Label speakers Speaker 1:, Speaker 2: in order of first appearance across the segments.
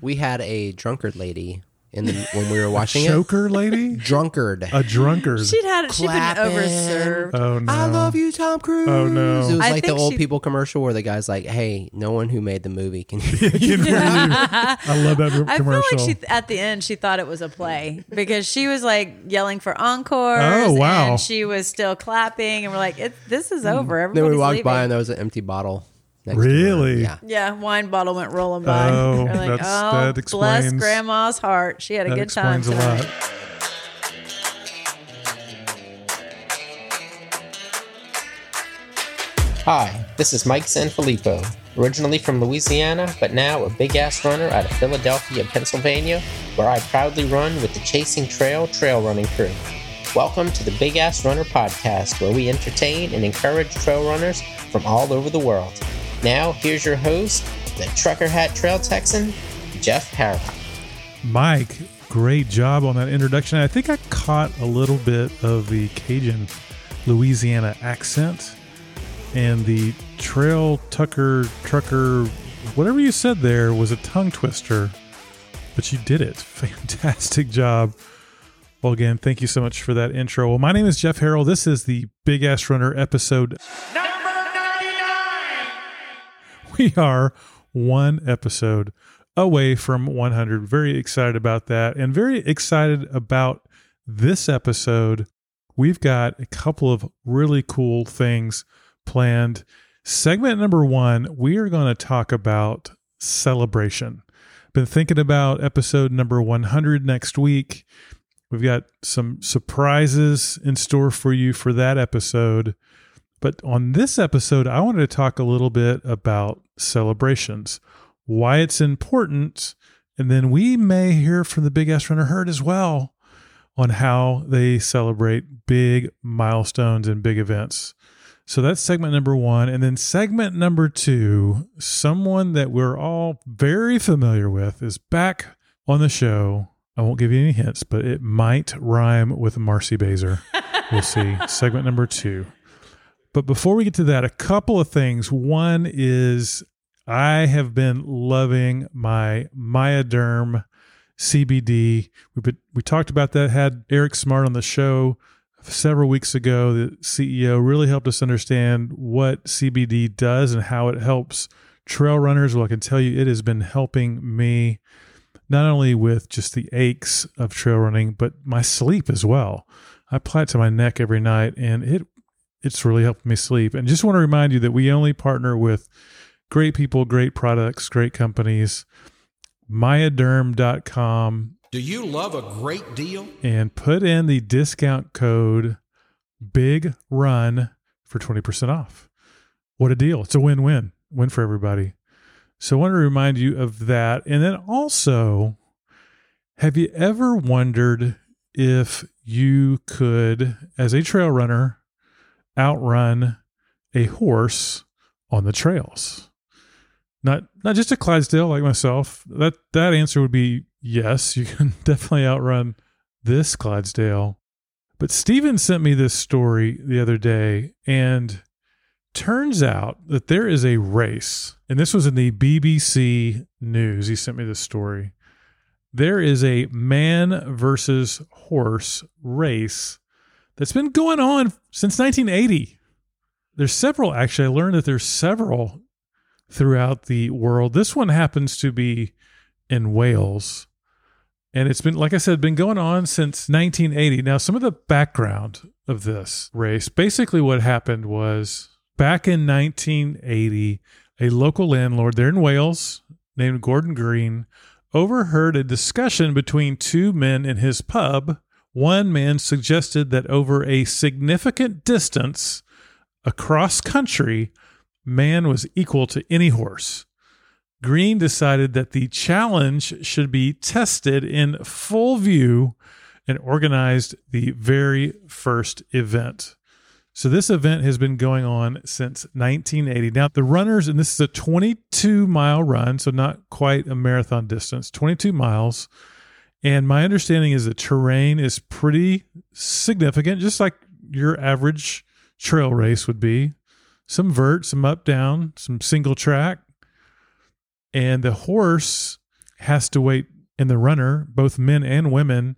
Speaker 1: we had a drunkard lady in the, when we were watching it.
Speaker 2: Choker lady?
Speaker 1: Drunkard.
Speaker 2: A drunkard.
Speaker 3: She'd had she'd been
Speaker 1: Clapping.
Speaker 3: overserved.
Speaker 2: oh no.
Speaker 1: I love you, Tom Cruise.
Speaker 2: Oh, no.
Speaker 1: It was
Speaker 3: I
Speaker 1: like the
Speaker 3: think
Speaker 1: old
Speaker 3: she-
Speaker 1: people commercial where the guy's like, "Hey, no one who made the movie can."
Speaker 2: Can hear you. I love that
Speaker 3: I feel
Speaker 2: commercial.
Speaker 3: like she at the end she thought it was a play because she was like yelling for encore.
Speaker 2: Oh, wow. Mm.
Speaker 3: And she was still clapping, and we're like, it, "This is over."
Speaker 1: then
Speaker 3: Everybody's
Speaker 1: we walked
Speaker 3: leaving.
Speaker 1: by and there was an empty bottle. Next To her.
Speaker 2: Really?
Speaker 1: Yeah.
Speaker 3: yeah, wine bottle went rolling by.
Speaker 2: Oh,
Speaker 3: We're like,
Speaker 2: that's- that
Speaker 3: oh, bless
Speaker 2: explains-
Speaker 3: grandma's heart. She had a
Speaker 2: that
Speaker 3: good time.
Speaker 2: explains a
Speaker 3: tonight.
Speaker 2: lot.
Speaker 4: Hi, this is Mike Sanfilippo, originally from Louisiana, but now a big ass runner out of Philadelphia, Pennsylvania, where I proudly run with the Chasing Trail trail running crew. Welcome to the Big Ass Runner podcast, where we entertain and encourage trail runners from all over the world. Now, here's your host, the Trucker Hat Trail Texan, Jeff Parra.
Speaker 2: Mike, great job on that introduction. I think I caught a little bit of the Cajun Louisiana accent and the trail tucker trucker whatever you said there was a tongue twister, but you did it. Fantastic job. Well, again, thank you so much for that intro. Well, my name is Jeff Harrell. This is the Big Ass Runner episode we are one episode away from 100. Very excited about that and very excited about this episode. We've got a couple of really cool things planned. Segment number one, we are going to talk about celebration. Been thinking about episode number 100 next week. We've got some surprises in store for you for that episode. But on this episode, I wanted to talk a little bit about celebrations, why it's important, and then we may hear from the Big Ass Runner Herd as well on how they celebrate big milestones and big events. So that's segment number one. And then segment number two, someone that we're all very familiar with is back on the show. I won't give you any hints, but it might rhyme with Marcy Baser. We'll see. segment number two. But before we get to that, a couple of things. One is I have been loving my Myoderm CBD. We put, we talked about that. Had Eric Smart on the show several weeks ago. The CEO really helped us understand what CBD does and how it helps trail runners. Well, I can tell you, it has been helping me not only with just the aches of trail running, but my sleep as well. I apply it to my neck every night, and it it's really helped me sleep. And just want to remind you that we only partner with great people, great products, great companies. Myaderm.com
Speaker 5: Do you love a great deal?
Speaker 2: and put in the discount code Big Run for 20% off. What a deal. It's a win win, win for everybody. So I want to remind you of that. And then also, have you ever wondered if you could, as a trail runner, outrun a horse on the trails? Not not just a Clydesdale like myself. That that answer would be yes. You can definitely outrun this Clydesdale. But Steven sent me this story the other day, and turns out that there is a race, and this was in the BBC News. He sent me this story. There is a man versus horse race that's been going on since 1980. There's several, actually. I learned that there's several throughout the world. This one happens to be in Wales and it's been like i said been going on since 1980 now some of the background of this race basically what happened was back in 1980 a local landlord there in wales named gordon green overheard a discussion between two men in his pub one man suggested that over a significant distance across country man was equal to any horse Green decided that the challenge should be tested in full view and organized the very first event. So, this event has been going on since 1980. Now, the runners, and this is a 22 mile run, so not quite a marathon distance, 22 miles. And my understanding is the terrain is pretty significant, just like your average trail race would be some vert, some up down, some single track and the horse has to wait and the runner, both men and women,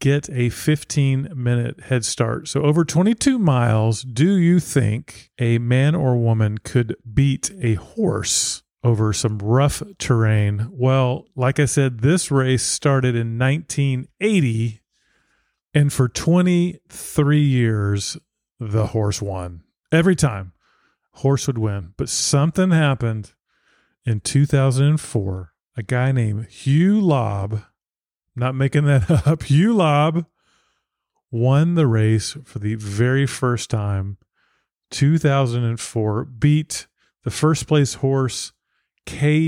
Speaker 2: get a 15 minute head start. So over 22 miles, do you think a man or woman could beat a horse over some rough terrain? Well, like I said, this race started in 1980 and for 23 years the horse won. Every time horse would win, but something happened in 2004. A guy named Hugh Lobb not making that up. Hugh Lobb won the race for the very first time, 2004, beat the first place horse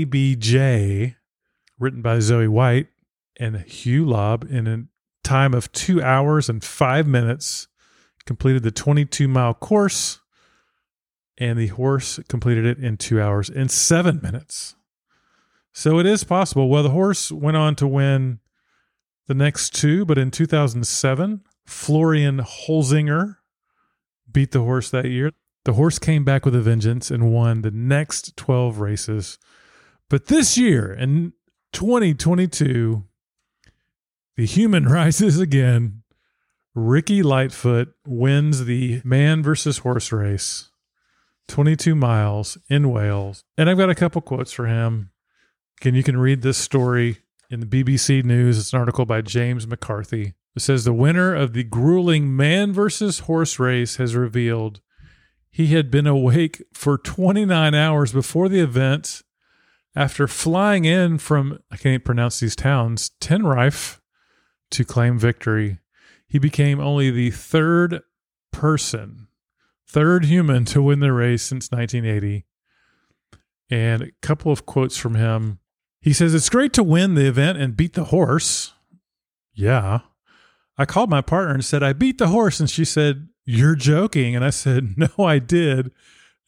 Speaker 2: KBJ, written by Zoe White, and Hugh Lobb in a time of two hours and five minutes, completed the 22 mile course, and the horse completed it in two hours and seven minutes. So it is possible. Well, the horse went on to win the next two, but in 2007, Florian Holzinger beat the horse that year. The horse came back with a vengeance and won the next 12 races. But this year, in 2022, the human rises again. Ricky Lightfoot wins the man versus horse race, 22 miles in Wales. And I've got a couple quotes for him. Again, you can read this story in the BBC News. It's an article by James McCarthy. It says the winner of the grueling man versus horse race has revealed he had been awake for 29 hours before the event after flying in from, I can't pronounce these towns, Tenerife to claim victory. He became only the third person, third human to win the race since 1980. And a couple of quotes from him. He says, It's great to win the event and beat the horse. Yeah. I called my partner and said, I beat the horse. And she said, You're joking. And I said, No, I did.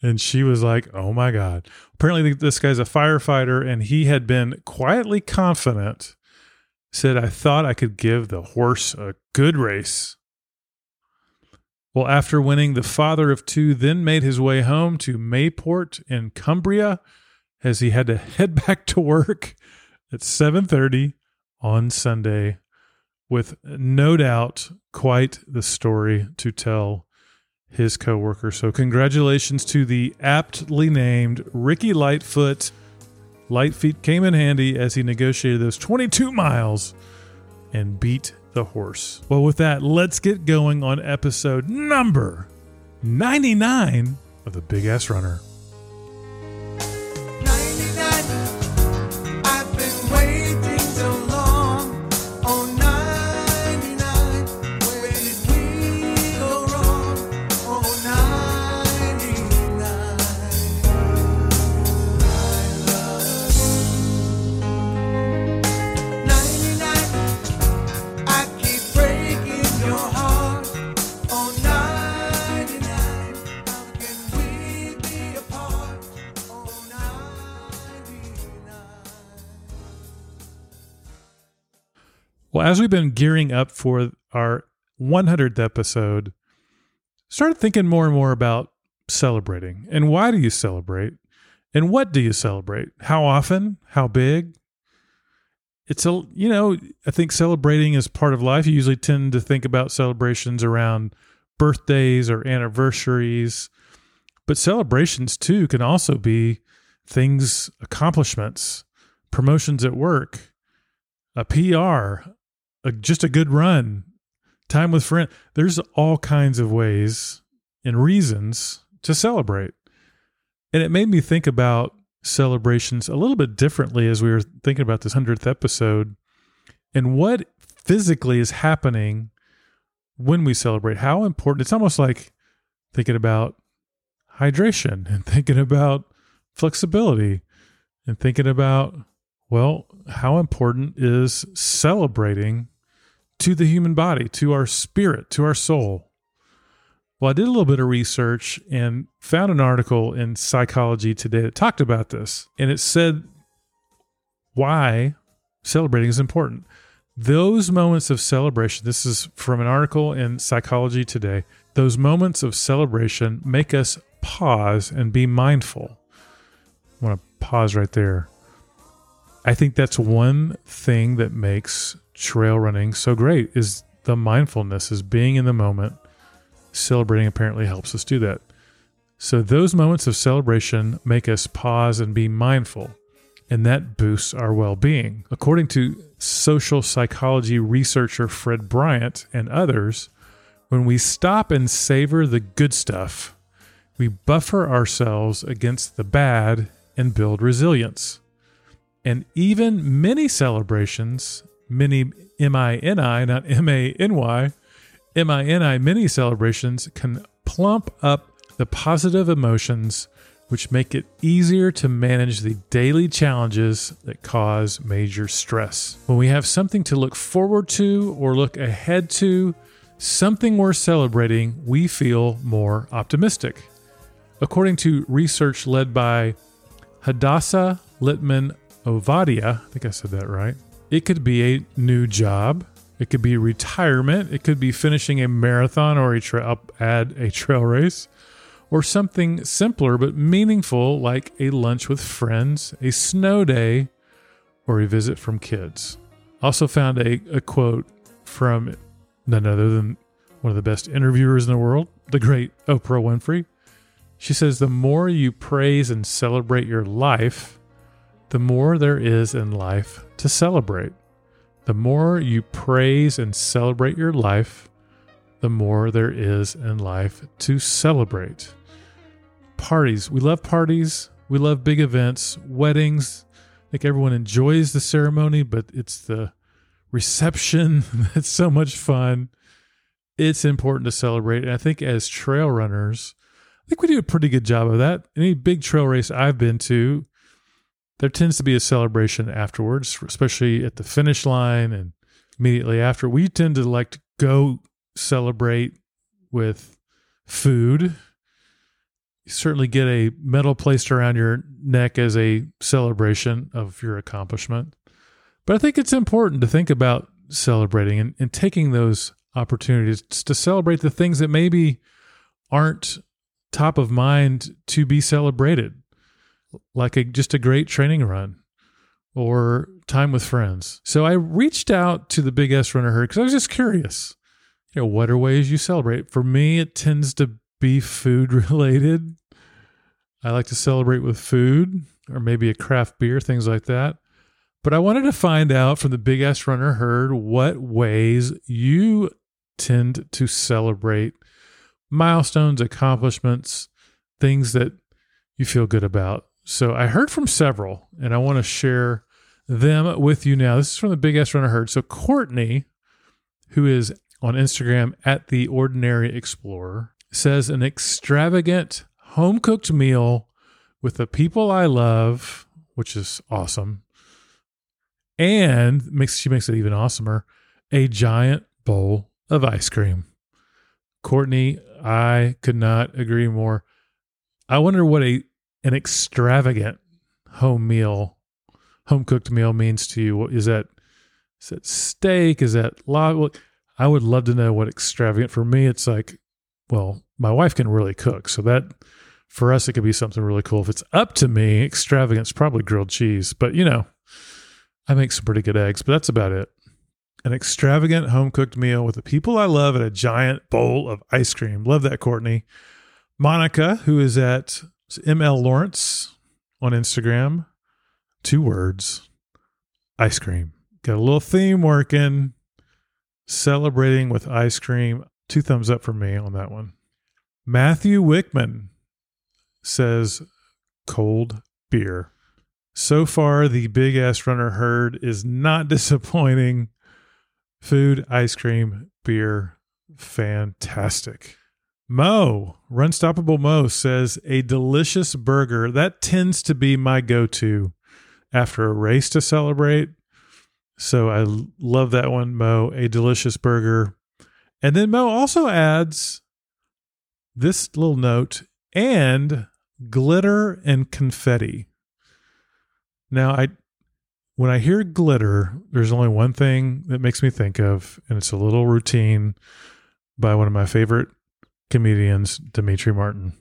Speaker 2: And she was like, Oh my God. Apparently, this guy's a firefighter and he had been quietly confident. Said, I thought I could give the horse a good race. Well, after winning, the father of two then made his way home to Mayport in Cumbria as he had to head back to work at 7:30 on Sunday with no doubt quite the story to tell his coworker. So congratulations to the aptly named Ricky Lightfoot. Lightfeet came in handy as he negotiated those 22 miles and beat the horse. Well, with that, let's get going on episode number 99 of the Big Ass Runner.
Speaker 6: 99. I've been waiting so long. Oh, 99. Where did we go wrong? Oh, 99. I love 99. I keep breaking your heart. Oh, 99. How can we be apart? Oh, 99.
Speaker 2: Well, as we've been gearing up for our 100th episode, started thinking more and more about celebrating and why do you celebrate and what do you celebrate? How often? How big? It's a, you know, I think celebrating is part of life. You usually tend to think about celebrations around birthdays or anniversaries, but celebrations too can also be things, accomplishments, promotions at work, a PR, a, just a good run, time with friend. There's all kinds of ways and reasons to celebrate. And it made me think about celebrations a little bit differently as we were thinking about this 100th episode and what physically is happening when we celebrate. How important it's almost like thinking about hydration and thinking about flexibility and thinking about well, how important is celebrating to the human body, to our spirit, to our soul? Well, I did a little bit of research and found an article in Psychology Today that talked about this. And it said why celebrating is important. Those moments of celebration, this is from an article in Psychology Today, those moments of celebration make us pause and be mindful. I want to pause right there I think that's one thing that makes trail running so great is the mindfulness is being in the moment. Celebrating apparently helps us do that. So those moments of celebration make us pause and be mindful, and that boosts our well-being. According to social psychology researcher Fred Bryant and others, when we stop and savor the good stuff, we buffer ourselves against the bad and build resilience. And even many celebrations, many M I N I, not M A N Y, M I N I, many celebrations can plump up the positive emotions, which make it easier to manage the daily challenges that cause major stress. When we have something to look forward to or look ahead to, something we're celebrating, we feel more optimistic. According to research led by Hadassah Littman Ovadia, I think I said that right. It could be a new job, it could be retirement, it could be finishing a marathon or a tra- up- add a trail race, or something simpler but meaningful like a lunch with friends, a snow day, or a visit from kids. Also found a, a quote from none other than one of the best interviewers in the world, the great Oprah Winfrey. She says, The more you praise and celebrate your life, the more there is in life to celebrate. The more you praise and celebrate your life, the more there is in life to celebrate. Parties. We love parties. We love big events, weddings. I think everyone enjoys the ceremony, but it's the reception that's so much fun. It's important to celebrate. And I think as trail runners, I think we do a pretty good job of that. Any big trail race I've been to, there tends to be a celebration afterwards, especially at the finish line and immediately after. We tend to like to go celebrate with food. You certainly get a medal placed around your neck as a celebration of your accomplishment. But I think it's important to think about celebrating and, and taking those opportunities to celebrate the things that maybe aren't top of mind to be celebrated, like a, just a great training run or time with friends. So I reached out to the Big S Runner Herd because I was just curious. You know, what are ways you celebrate? For me, it tends to be food related. I like to celebrate with food or maybe a craft beer, things like that. But I wanted to find out from the Big Ass Runner Herd what ways you tend to celebrate milestones, accomplishments, things that you feel good about. So I heard from several, and I want to share them with you now. This is from the Big Ass Runner Herd. So Courtney, who is on Instagram at the Ordinary Explorer, says an extravagant home cooked meal with the people I love, which is awesome and makes she makes it even awesomer a giant bowl of ice cream courtney i could not agree more i wonder what a an extravagant home meal home cooked meal means to you is that is that steak is that lo- well, i would love to know what extravagant for me it's like well my wife can really cook so that for us it could be something really cool if it's up to me extravagant's probably grilled cheese but you know I make some pretty good eggs, but that's about it. An extravagant home cooked meal with the people I love and a giant bowl of ice cream. Love that, Courtney. Monica, who is at ML Lawrence on Instagram, two words ice cream. Got a little theme working, celebrating with ice cream. Two thumbs up for me on that one. Matthew Wickman says cold beer. So far, the big ass runner herd is not disappointing. Food, ice cream, beer, fantastic. Mo, Runstoppable Mo says a delicious burger. That tends to be my go to after a race to celebrate. So I l- love that one, Mo, a delicious burger. And then Mo also adds this little note and glitter and confetti. Now I when I hear glitter, there's only one thing that makes me think of, and it's a little routine by one of my favorite comedians, Dimitri Martin.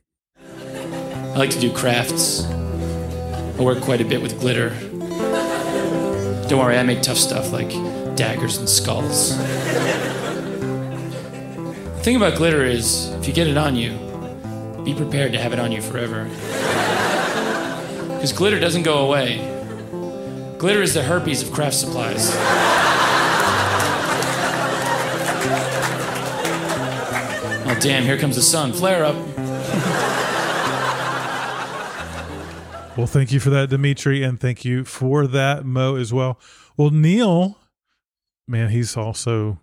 Speaker 7: I like to do crafts. I work quite a bit with glitter. Don't worry, I make tough stuff like daggers and skulls. the thing about glitter is, if you get it on you, be prepared to have it on you forever. Because glitter doesn't go away. Glitter is the herpes of craft supplies. Oh, damn, here comes the sun. Flare up.
Speaker 2: Well, thank you for that, Dimitri, and thank you for that, Mo, as well. Well, Neil, man, he's also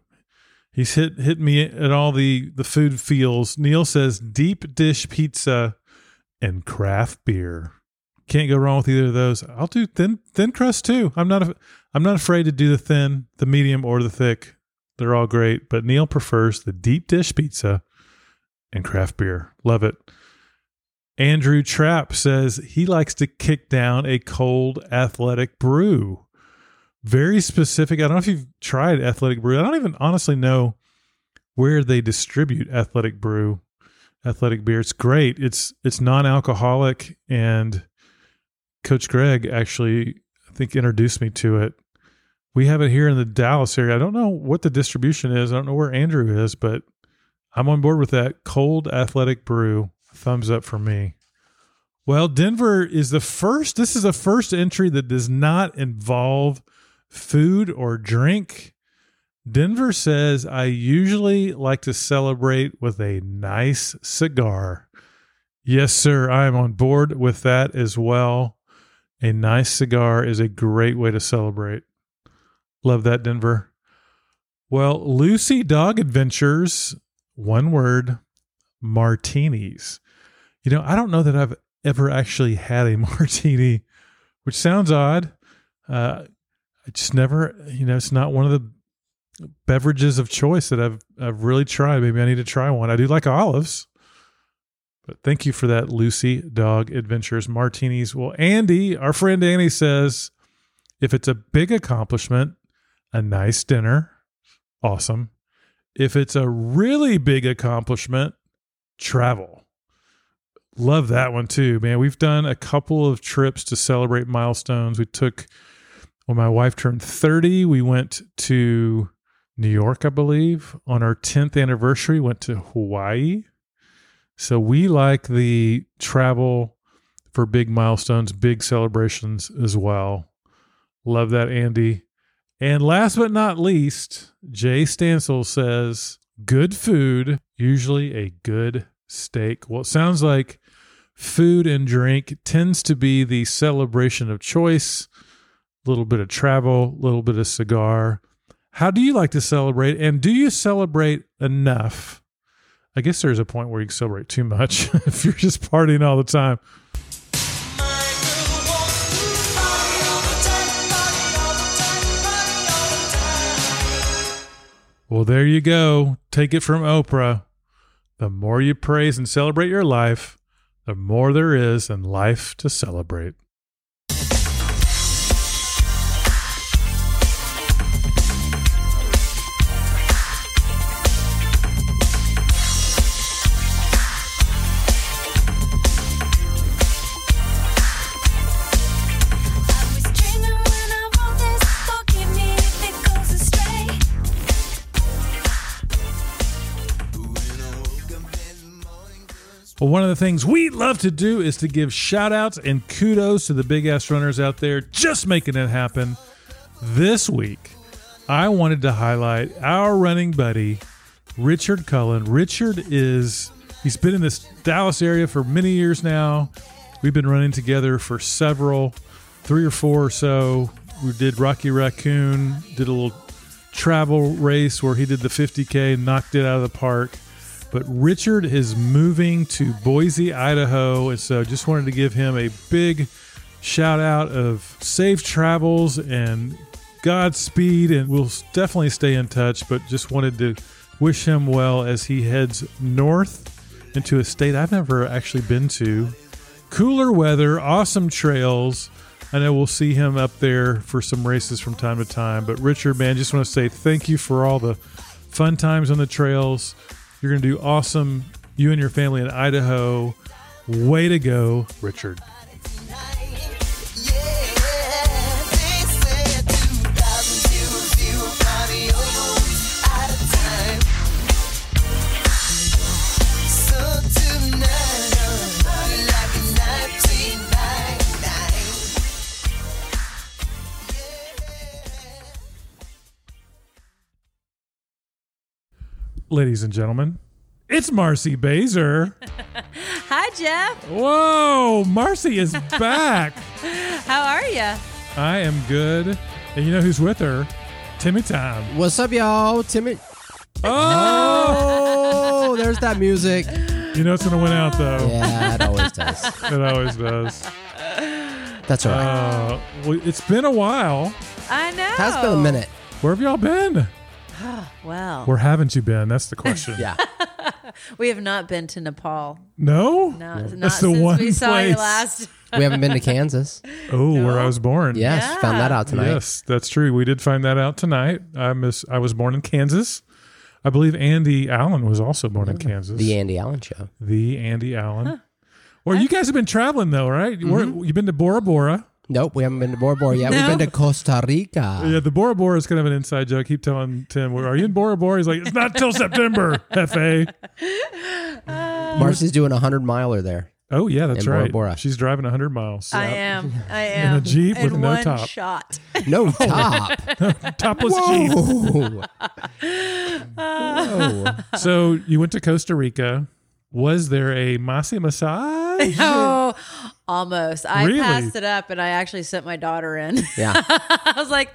Speaker 2: he's hit hit me at all the the food feels. Neil says deep dish pizza and craft beer. Can't go wrong with either of those. I'll do thin thin crust too. I'm not a, I'm not afraid to do the thin, the medium, or the thick. They're all great, but Neil prefers the deep dish pizza and craft beer. Love it. Andrew Trapp says he likes to kick down a cold athletic brew. Very specific. I don't know if you've tried athletic brew. I don't even honestly know where they distribute athletic brew, athletic beer. It's great. It's it's non-alcoholic and Coach Greg actually I think introduced me to it. We have it here in the Dallas area. I don't know what the distribution is. I don't know where Andrew is, but I'm on board with that. Cold athletic brew. Thumbs up for me. Well, Denver is the first. This is the first entry that does not involve food or drink. Denver says, I usually like to celebrate with a nice cigar. Yes, sir. I am on board with that as well. A nice cigar is a great way to celebrate. Love that, Denver. Well, Lucy Dog Adventures, one word, martinis. You know, I don't know that I've ever actually had a martini, which sounds odd. Uh, I just never, you know, it's not one of the beverages of choice that I've I've really tried. Maybe I need to try one. I do like olives. But thank you for that, Lucy Dog Adventures Martinis. Well, Andy, our friend Andy says, if it's a big accomplishment, a nice dinner, awesome. If it's a really big accomplishment, travel. Love that one too, man. We've done a couple of trips to celebrate milestones. We took when my wife turned 30, we went to New York, I believe, on our 10th anniversary, went to Hawaii. So we like the travel for big milestones, big celebrations as well. Love that, Andy. And last but not least, Jay Stansel says good food, usually a good steak. Well, it sounds like food and drink tends to be the celebration of choice, a little bit of travel, a little bit of cigar. How do you like to celebrate? And do you celebrate enough? I guess there's a point where you can celebrate too much if you're just partying all the time. Well, there you go. Take it from Oprah. The more you praise and celebrate your life, the more there is in life to celebrate. Well, one of the things we love to do is to give shout outs and kudos to the big ass runners out there just making it happen. This week, I wanted to highlight our running buddy, Richard Cullen. Richard is, he's been in this Dallas area for many years now. We've been running together for several, three or four or so. We did Rocky Raccoon, did a little travel race where he did the 50K, knocked it out of the park but Richard is moving to Boise, Idaho, and so just wanted to give him a big shout out of safe travels and Godspeed, and we'll definitely stay in touch. But just wanted to wish him well as he heads north into a state I've never actually been to. Cooler weather, awesome trails. I know we'll see him up there for some races from time to time. But Richard, man, just want to say thank you for all the fun times on the trails. You're going to do awesome, you and your family in Idaho. Way to go, Richard.
Speaker 8: Yeah, they said to
Speaker 2: ladies and gentlemen, it's Marcy Baser.
Speaker 3: Hi, Jeff.
Speaker 2: Whoa, Marcy is back.
Speaker 3: How are you?
Speaker 2: I am good. And you know who's with her? Timmy Time.
Speaker 1: What's up, y'all? Timmy.
Speaker 2: Oh,
Speaker 1: Oh, there's that music.
Speaker 2: you know it's going to win out, though.
Speaker 1: Yeah, it always does.
Speaker 2: It always does.
Speaker 1: That's all right.
Speaker 2: Uh, well, it's been a while.
Speaker 3: I know.
Speaker 1: Has been a minute.
Speaker 2: Where have y'all been?
Speaker 3: Well,
Speaker 2: Where haven't you been? That's the question.
Speaker 1: Yeah.
Speaker 3: we have not been to Nepal.
Speaker 2: No?
Speaker 3: Not, not
Speaker 2: That's the
Speaker 3: since
Speaker 2: one
Speaker 3: we saw you
Speaker 2: place.
Speaker 3: last.
Speaker 1: We haven't been to Kansas.
Speaker 2: Oh, where I was born.
Speaker 1: Yes,
Speaker 3: Yeah.
Speaker 1: found that out tonight.
Speaker 2: Yes, that's true. We did find that out tonight. I miss. I was born in Kansas. I believe Andy Allen was also born in Kansas.
Speaker 1: The Andy Allen Show.
Speaker 2: The Andy Allen. Well, you guys have been traveling though, right? Where- You've been to Bora Bora.
Speaker 1: Nope, we haven't been to Bora Bora yet. We've been to Costa Rica.
Speaker 2: Yeah, the Bora Bora is kind of an inside joke. Keep telling Tim, "Where are you in Bora Bora?" He's like, "It's not till September, fa."
Speaker 3: Mm.
Speaker 1: Marcy's doing a hundred miler there.
Speaker 2: Oh yeah, that's
Speaker 1: In Bora
Speaker 2: right.
Speaker 1: Bora.
Speaker 2: She's driving hundred miles,
Speaker 3: I am. I am.
Speaker 2: a Jeep with
Speaker 3: In
Speaker 2: no
Speaker 3: one
Speaker 2: top.
Speaker 3: shot.
Speaker 1: No
Speaker 3: Oh.
Speaker 1: top.
Speaker 2: topless Jeep.
Speaker 1: Whoa. Whoa.
Speaker 2: So you went to Costa Rica. Was there a masi massage?
Speaker 3: Oh, almost. I
Speaker 2: Really?
Speaker 3: passed it up and I actually sent my daughter in.
Speaker 1: Yeah.
Speaker 3: I was like,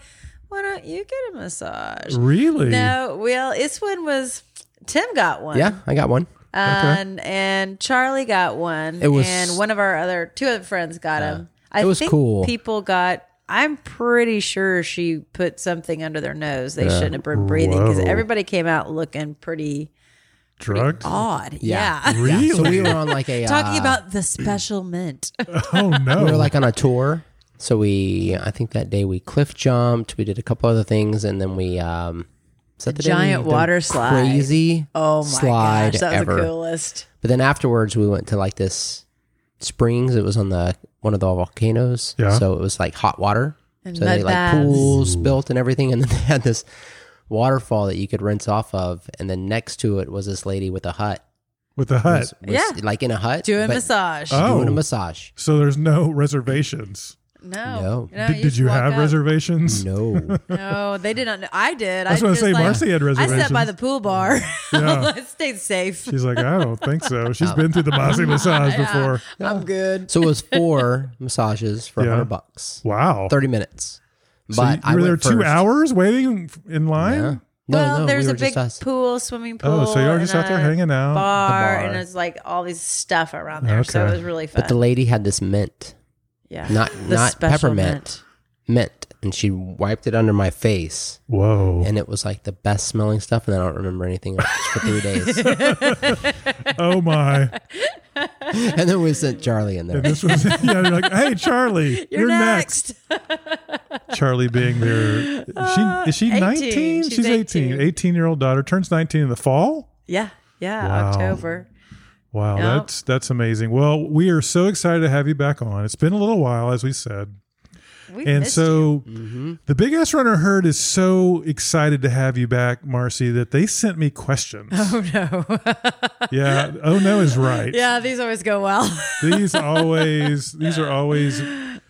Speaker 3: why don't you get a massage?
Speaker 2: really?
Speaker 3: No, well, this one was Tim got one.
Speaker 1: Yeah, I got one.
Speaker 3: And and Charlie got one.
Speaker 1: It was-
Speaker 3: and one of our other two other friends got him. I
Speaker 1: It was
Speaker 3: think
Speaker 1: cool.
Speaker 3: people got I'm pretty sure she put something under their nose they shouldn't have been breathing because
Speaker 2: Whoa.
Speaker 3: everybody came out looking pretty
Speaker 2: Drugged?
Speaker 3: odd.
Speaker 1: Oh, Yeah.
Speaker 3: Yeah.
Speaker 2: Really?
Speaker 1: So we were on like a
Speaker 3: Talking
Speaker 1: uh,
Speaker 3: about the special mint.
Speaker 2: oh no.
Speaker 1: we were like on a tour. So we I think that day we cliff jumped, we did a couple other things, and then we um is that the day we
Speaker 3: giant
Speaker 1: did
Speaker 3: water
Speaker 1: the
Speaker 3: slide.
Speaker 1: Crazy
Speaker 3: Oh my
Speaker 1: slide
Speaker 3: gosh, that was
Speaker 1: ever.
Speaker 3: the coolest.
Speaker 1: But then afterwards, we went to like this springs. It was on the one of the volcanoes.
Speaker 2: Yeah.
Speaker 1: So it was like hot water.
Speaker 3: And
Speaker 1: so they
Speaker 3: mud
Speaker 1: like
Speaker 3: baths.
Speaker 1: pools built and everything, and then they had this waterfall that you could rinse off of, and then next to it was this lady with a hut.
Speaker 2: with the hut.
Speaker 1: Was
Speaker 3: Yeah.
Speaker 1: Like in a hut.
Speaker 3: Doing
Speaker 1: but
Speaker 3: massage.
Speaker 2: Oh.
Speaker 1: Doing a massage.
Speaker 2: So there's no reservations.
Speaker 3: no.
Speaker 1: No.
Speaker 2: Did- did
Speaker 3: just
Speaker 2: you
Speaker 3: walk
Speaker 2: have
Speaker 3: up.
Speaker 2: reservations?
Speaker 1: No.
Speaker 3: No, they did not know. I did.
Speaker 2: That's
Speaker 3: I
Speaker 2: what I
Speaker 3: just,
Speaker 2: say,
Speaker 3: like-
Speaker 2: Marcy had
Speaker 3: I sat by
Speaker 2: reservations.
Speaker 3: the pool bar.
Speaker 2: Yeah.
Speaker 3: I stayed safe.
Speaker 2: She's like, I don't think so. She's been through the Masi massage before.
Speaker 3: I'm good.
Speaker 1: so it was four massages for
Speaker 2: Yeah.
Speaker 1: hundred bucks,
Speaker 2: Wow.
Speaker 1: thirty minutes. But
Speaker 2: So you
Speaker 1: I
Speaker 2: were
Speaker 1: went
Speaker 2: there two
Speaker 1: first.
Speaker 2: hours waiting in line?
Speaker 1: Yeah. No,
Speaker 3: Well,
Speaker 1: no,
Speaker 3: there's
Speaker 1: we
Speaker 3: a
Speaker 1: were
Speaker 3: big
Speaker 1: just us.
Speaker 3: pool, swimming pool.
Speaker 2: Oh, so you were just
Speaker 3: and
Speaker 2: out there
Speaker 3: a
Speaker 2: hanging out.
Speaker 1: The
Speaker 3: Bar,
Speaker 1: bar.
Speaker 3: and it's like all these stuff around there. So
Speaker 2: Okay.
Speaker 3: it was really fun.
Speaker 1: But the lady had this mint.
Speaker 3: yeah.
Speaker 1: not-
Speaker 3: the
Speaker 1: not
Speaker 3: special
Speaker 1: peppermint. mint and she wiped it under my face
Speaker 2: Whoa.
Speaker 1: and it was like the best smelling stuff and i don't remember anything else for three days
Speaker 2: oh my.
Speaker 1: and then we sent charlie in there
Speaker 2: This was yeah, you're like, hey Charlie,
Speaker 3: You're, next.
Speaker 2: Charlie being there. She is she
Speaker 3: 18.
Speaker 2: nineteen?
Speaker 3: Uh, She's
Speaker 2: She's 18.
Speaker 3: 18.
Speaker 2: Eighteen year old daughter. Turns nineteen in the fall.
Speaker 3: Yeah. Yeah.
Speaker 2: Wow.
Speaker 3: October.
Speaker 2: Wow,
Speaker 3: Yep.
Speaker 2: that's that's amazing. Well, we are so excited to have you back on. It's been a little while, as we said,
Speaker 3: We
Speaker 2: and
Speaker 3: missed you.
Speaker 2: so the Big Ass Runner herd is so excited to have you back, Marcy, that they sent me questions. Oh no! yeah, oh no is right.
Speaker 3: Yeah, these always go well.
Speaker 2: these always these are always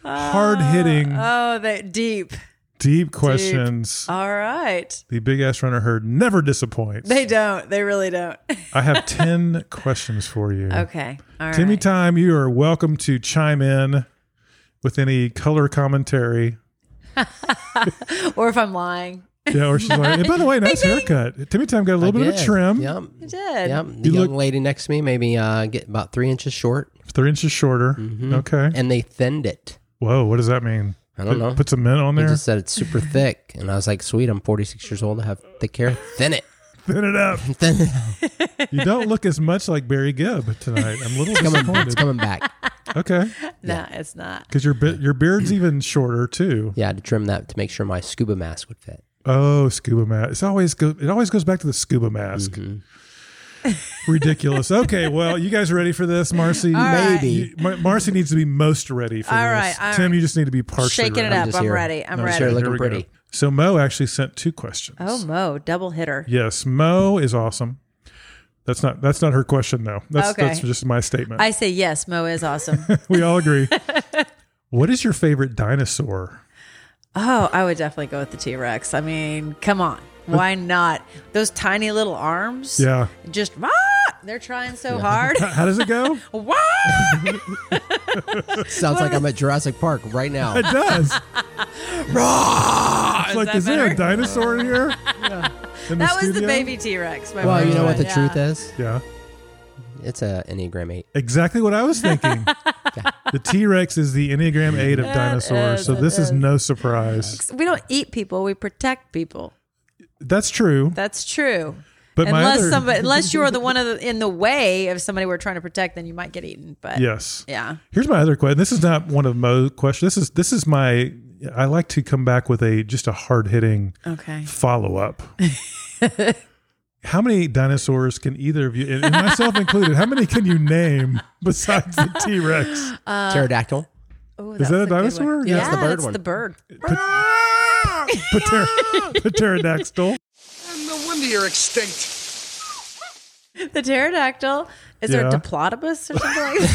Speaker 3: Uh,
Speaker 2: hard hitting,
Speaker 3: oh, they deep.
Speaker 2: deep questions.
Speaker 3: All right.
Speaker 2: The Big Ass Runner herd never disappoints.
Speaker 3: They don't. They really don't.
Speaker 2: I have ten questions for you.
Speaker 3: okay. All right.
Speaker 2: Timmy Time, you are welcome to chime in with any color commentary.
Speaker 3: or if I'm lying.
Speaker 2: Yeah, or she's like, "Hey, by the way, nice haircut. Timmy Time got a little bit of a trim,
Speaker 1: yep
Speaker 3: I did.
Speaker 1: yep the
Speaker 2: You
Speaker 1: young
Speaker 2: look-
Speaker 1: lady next to me maybe uh get about three inches short
Speaker 2: three inches shorter. Okay.
Speaker 1: Mm-hmm. and they thinned it
Speaker 2: Whoa, what does that mean?
Speaker 1: I don't
Speaker 2: It
Speaker 1: know.
Speaker 2: Put some mint on
Speaker 1: they
Speaker 2: there.
Speaker 1: just said it's super thick and i was like sweet i'm 46 years old i have thick hair thin it
Speaker 2: Thin it up.
Speaker 1: thin it
Speaker 2: You don't look as much like Barry Gibb tonight. I'm a little
Speaker 1: coming, it's
Speaker 2: disappointed.
Speaker 1: coming back
Speaker 2: Okay,
Speaker 3: No, it's not.
Speaker 2: because your bi- your beard's even shorter too.
Speaker 1: yeah I had to trim that to make sure my scuba mask would fit
Speaker 2: Oh, scuba mask. It's always go. It always goes back to the scuba mask.
Speaker 1: Mm-hmm.
Speaker 2: Ridiculous. Okay, well, you guys ready for this, Marcy?
Speaker 3: right.
Speaker 1: Maybe.
Speaker 2: You- Mar- Marcy needs to be most ready for
Speaker 3: All
Speaker 2: this.
Speaker 3: right, all
Speaker 2: Tim,
Speaker 3: right.
Speaker 2: you just need to be partially
Speaker 3: Shaking it
Speaker 2: ready.
Speaker 3: up.
Speaker 1: just
Speaker 3: I'm
Speaker 1: here.
Speaker 3: ready. I'm
Speaker 1: No,
Speaker 3: ready.
Speaker 1: just here
Speaker 3: Here
Speaker 1: looking
Speaker 2: we go.
Speaker 1: pretty
Speaker 2: So Mo actually sent two questions.
Speaker 3: Oh, Mo, double hitter.
Speaker 2: Yes, Mo is awesome. That's not that's not her question though. That's
Speaker 3: Okay.
Speaker 2: that's just my statement.
Speaker 3: I say yes, Mo is awesome.
Speaker 2: we all agree. what is your favorite dinosaur?
Speaker 3: oh, I would definitely go with the T Rex. I mean, come on. Why not? Those tiny little arms.
Speaker 2: Yeah.
Speaker 3: Just wah! They're trying so hard.
Speaker 2: How does it go?
Speaker 3: Wah!
Speaker 1: Sounds like I'm at Jurassic Park right now.
Speaker 2: It does. It's like,
Speaker 3: that
Speaker 2: is there
Speaker 3: better?
Speaker 2: a dinosaur in here? In
Speaker 3: That was the
Speaker 2: studio?
Speaker 3: baby T Rex.
Speaker 1: Well, you know what the truth is?
Speaker 2: Yeah.
Speaker 1: It's a Enneagram 8.
Speaker 2: Exactly what I was thinking. the T Rex is the Enneagram 8 of dinosaurs,
Speaker 3: is,
Speaker 2: so
Speaker 3: it
Speaker 2: this is
Speaker 3: is.
Speaker 2: no surprise.
Speaker 3: We don't eat people. We protect people.
Speaker 2: That's true.
Speaker 3: That's true.
Speaker 2: But my
Speaker 3: unless
Speaker 2: other-
Speaker 3: somebody, unless you're the one of the, in the way of somebody we're trying to protect, then you might get eaten. But
Speaker 2: Yes.
Speaker 3: yeah,
Speaker 2: Here's my other question. This is not one of Mo's questions. This is this is my I like to come back with a just a hard hitting
Speaker 3: okay.
Speaker 2: follow up. how many dinosaurs can either of you, and and myself included, how many can you name besides the T Rex?
Speaker 1: Pterodactyl.
Speaker 3: Ooh,
Speaker 2: Is that a
Speaker 3: was good one.
Speaker 2: dinosaur?
Speaker 3: Yeah,
Speaker 2: Yeah,
Speaker 1: it's the bird
Speaker 3: that's
Speaker 1: one.
Speaker 3: the bird.
Speaker 2: Pter- pterodactyl.
Speaker 5: No wonder you're extinct.
Speaker 3: The pterodactyl. Is there
Speaker 2: Yeah.
Speaker 3: a diplodocus or something like that?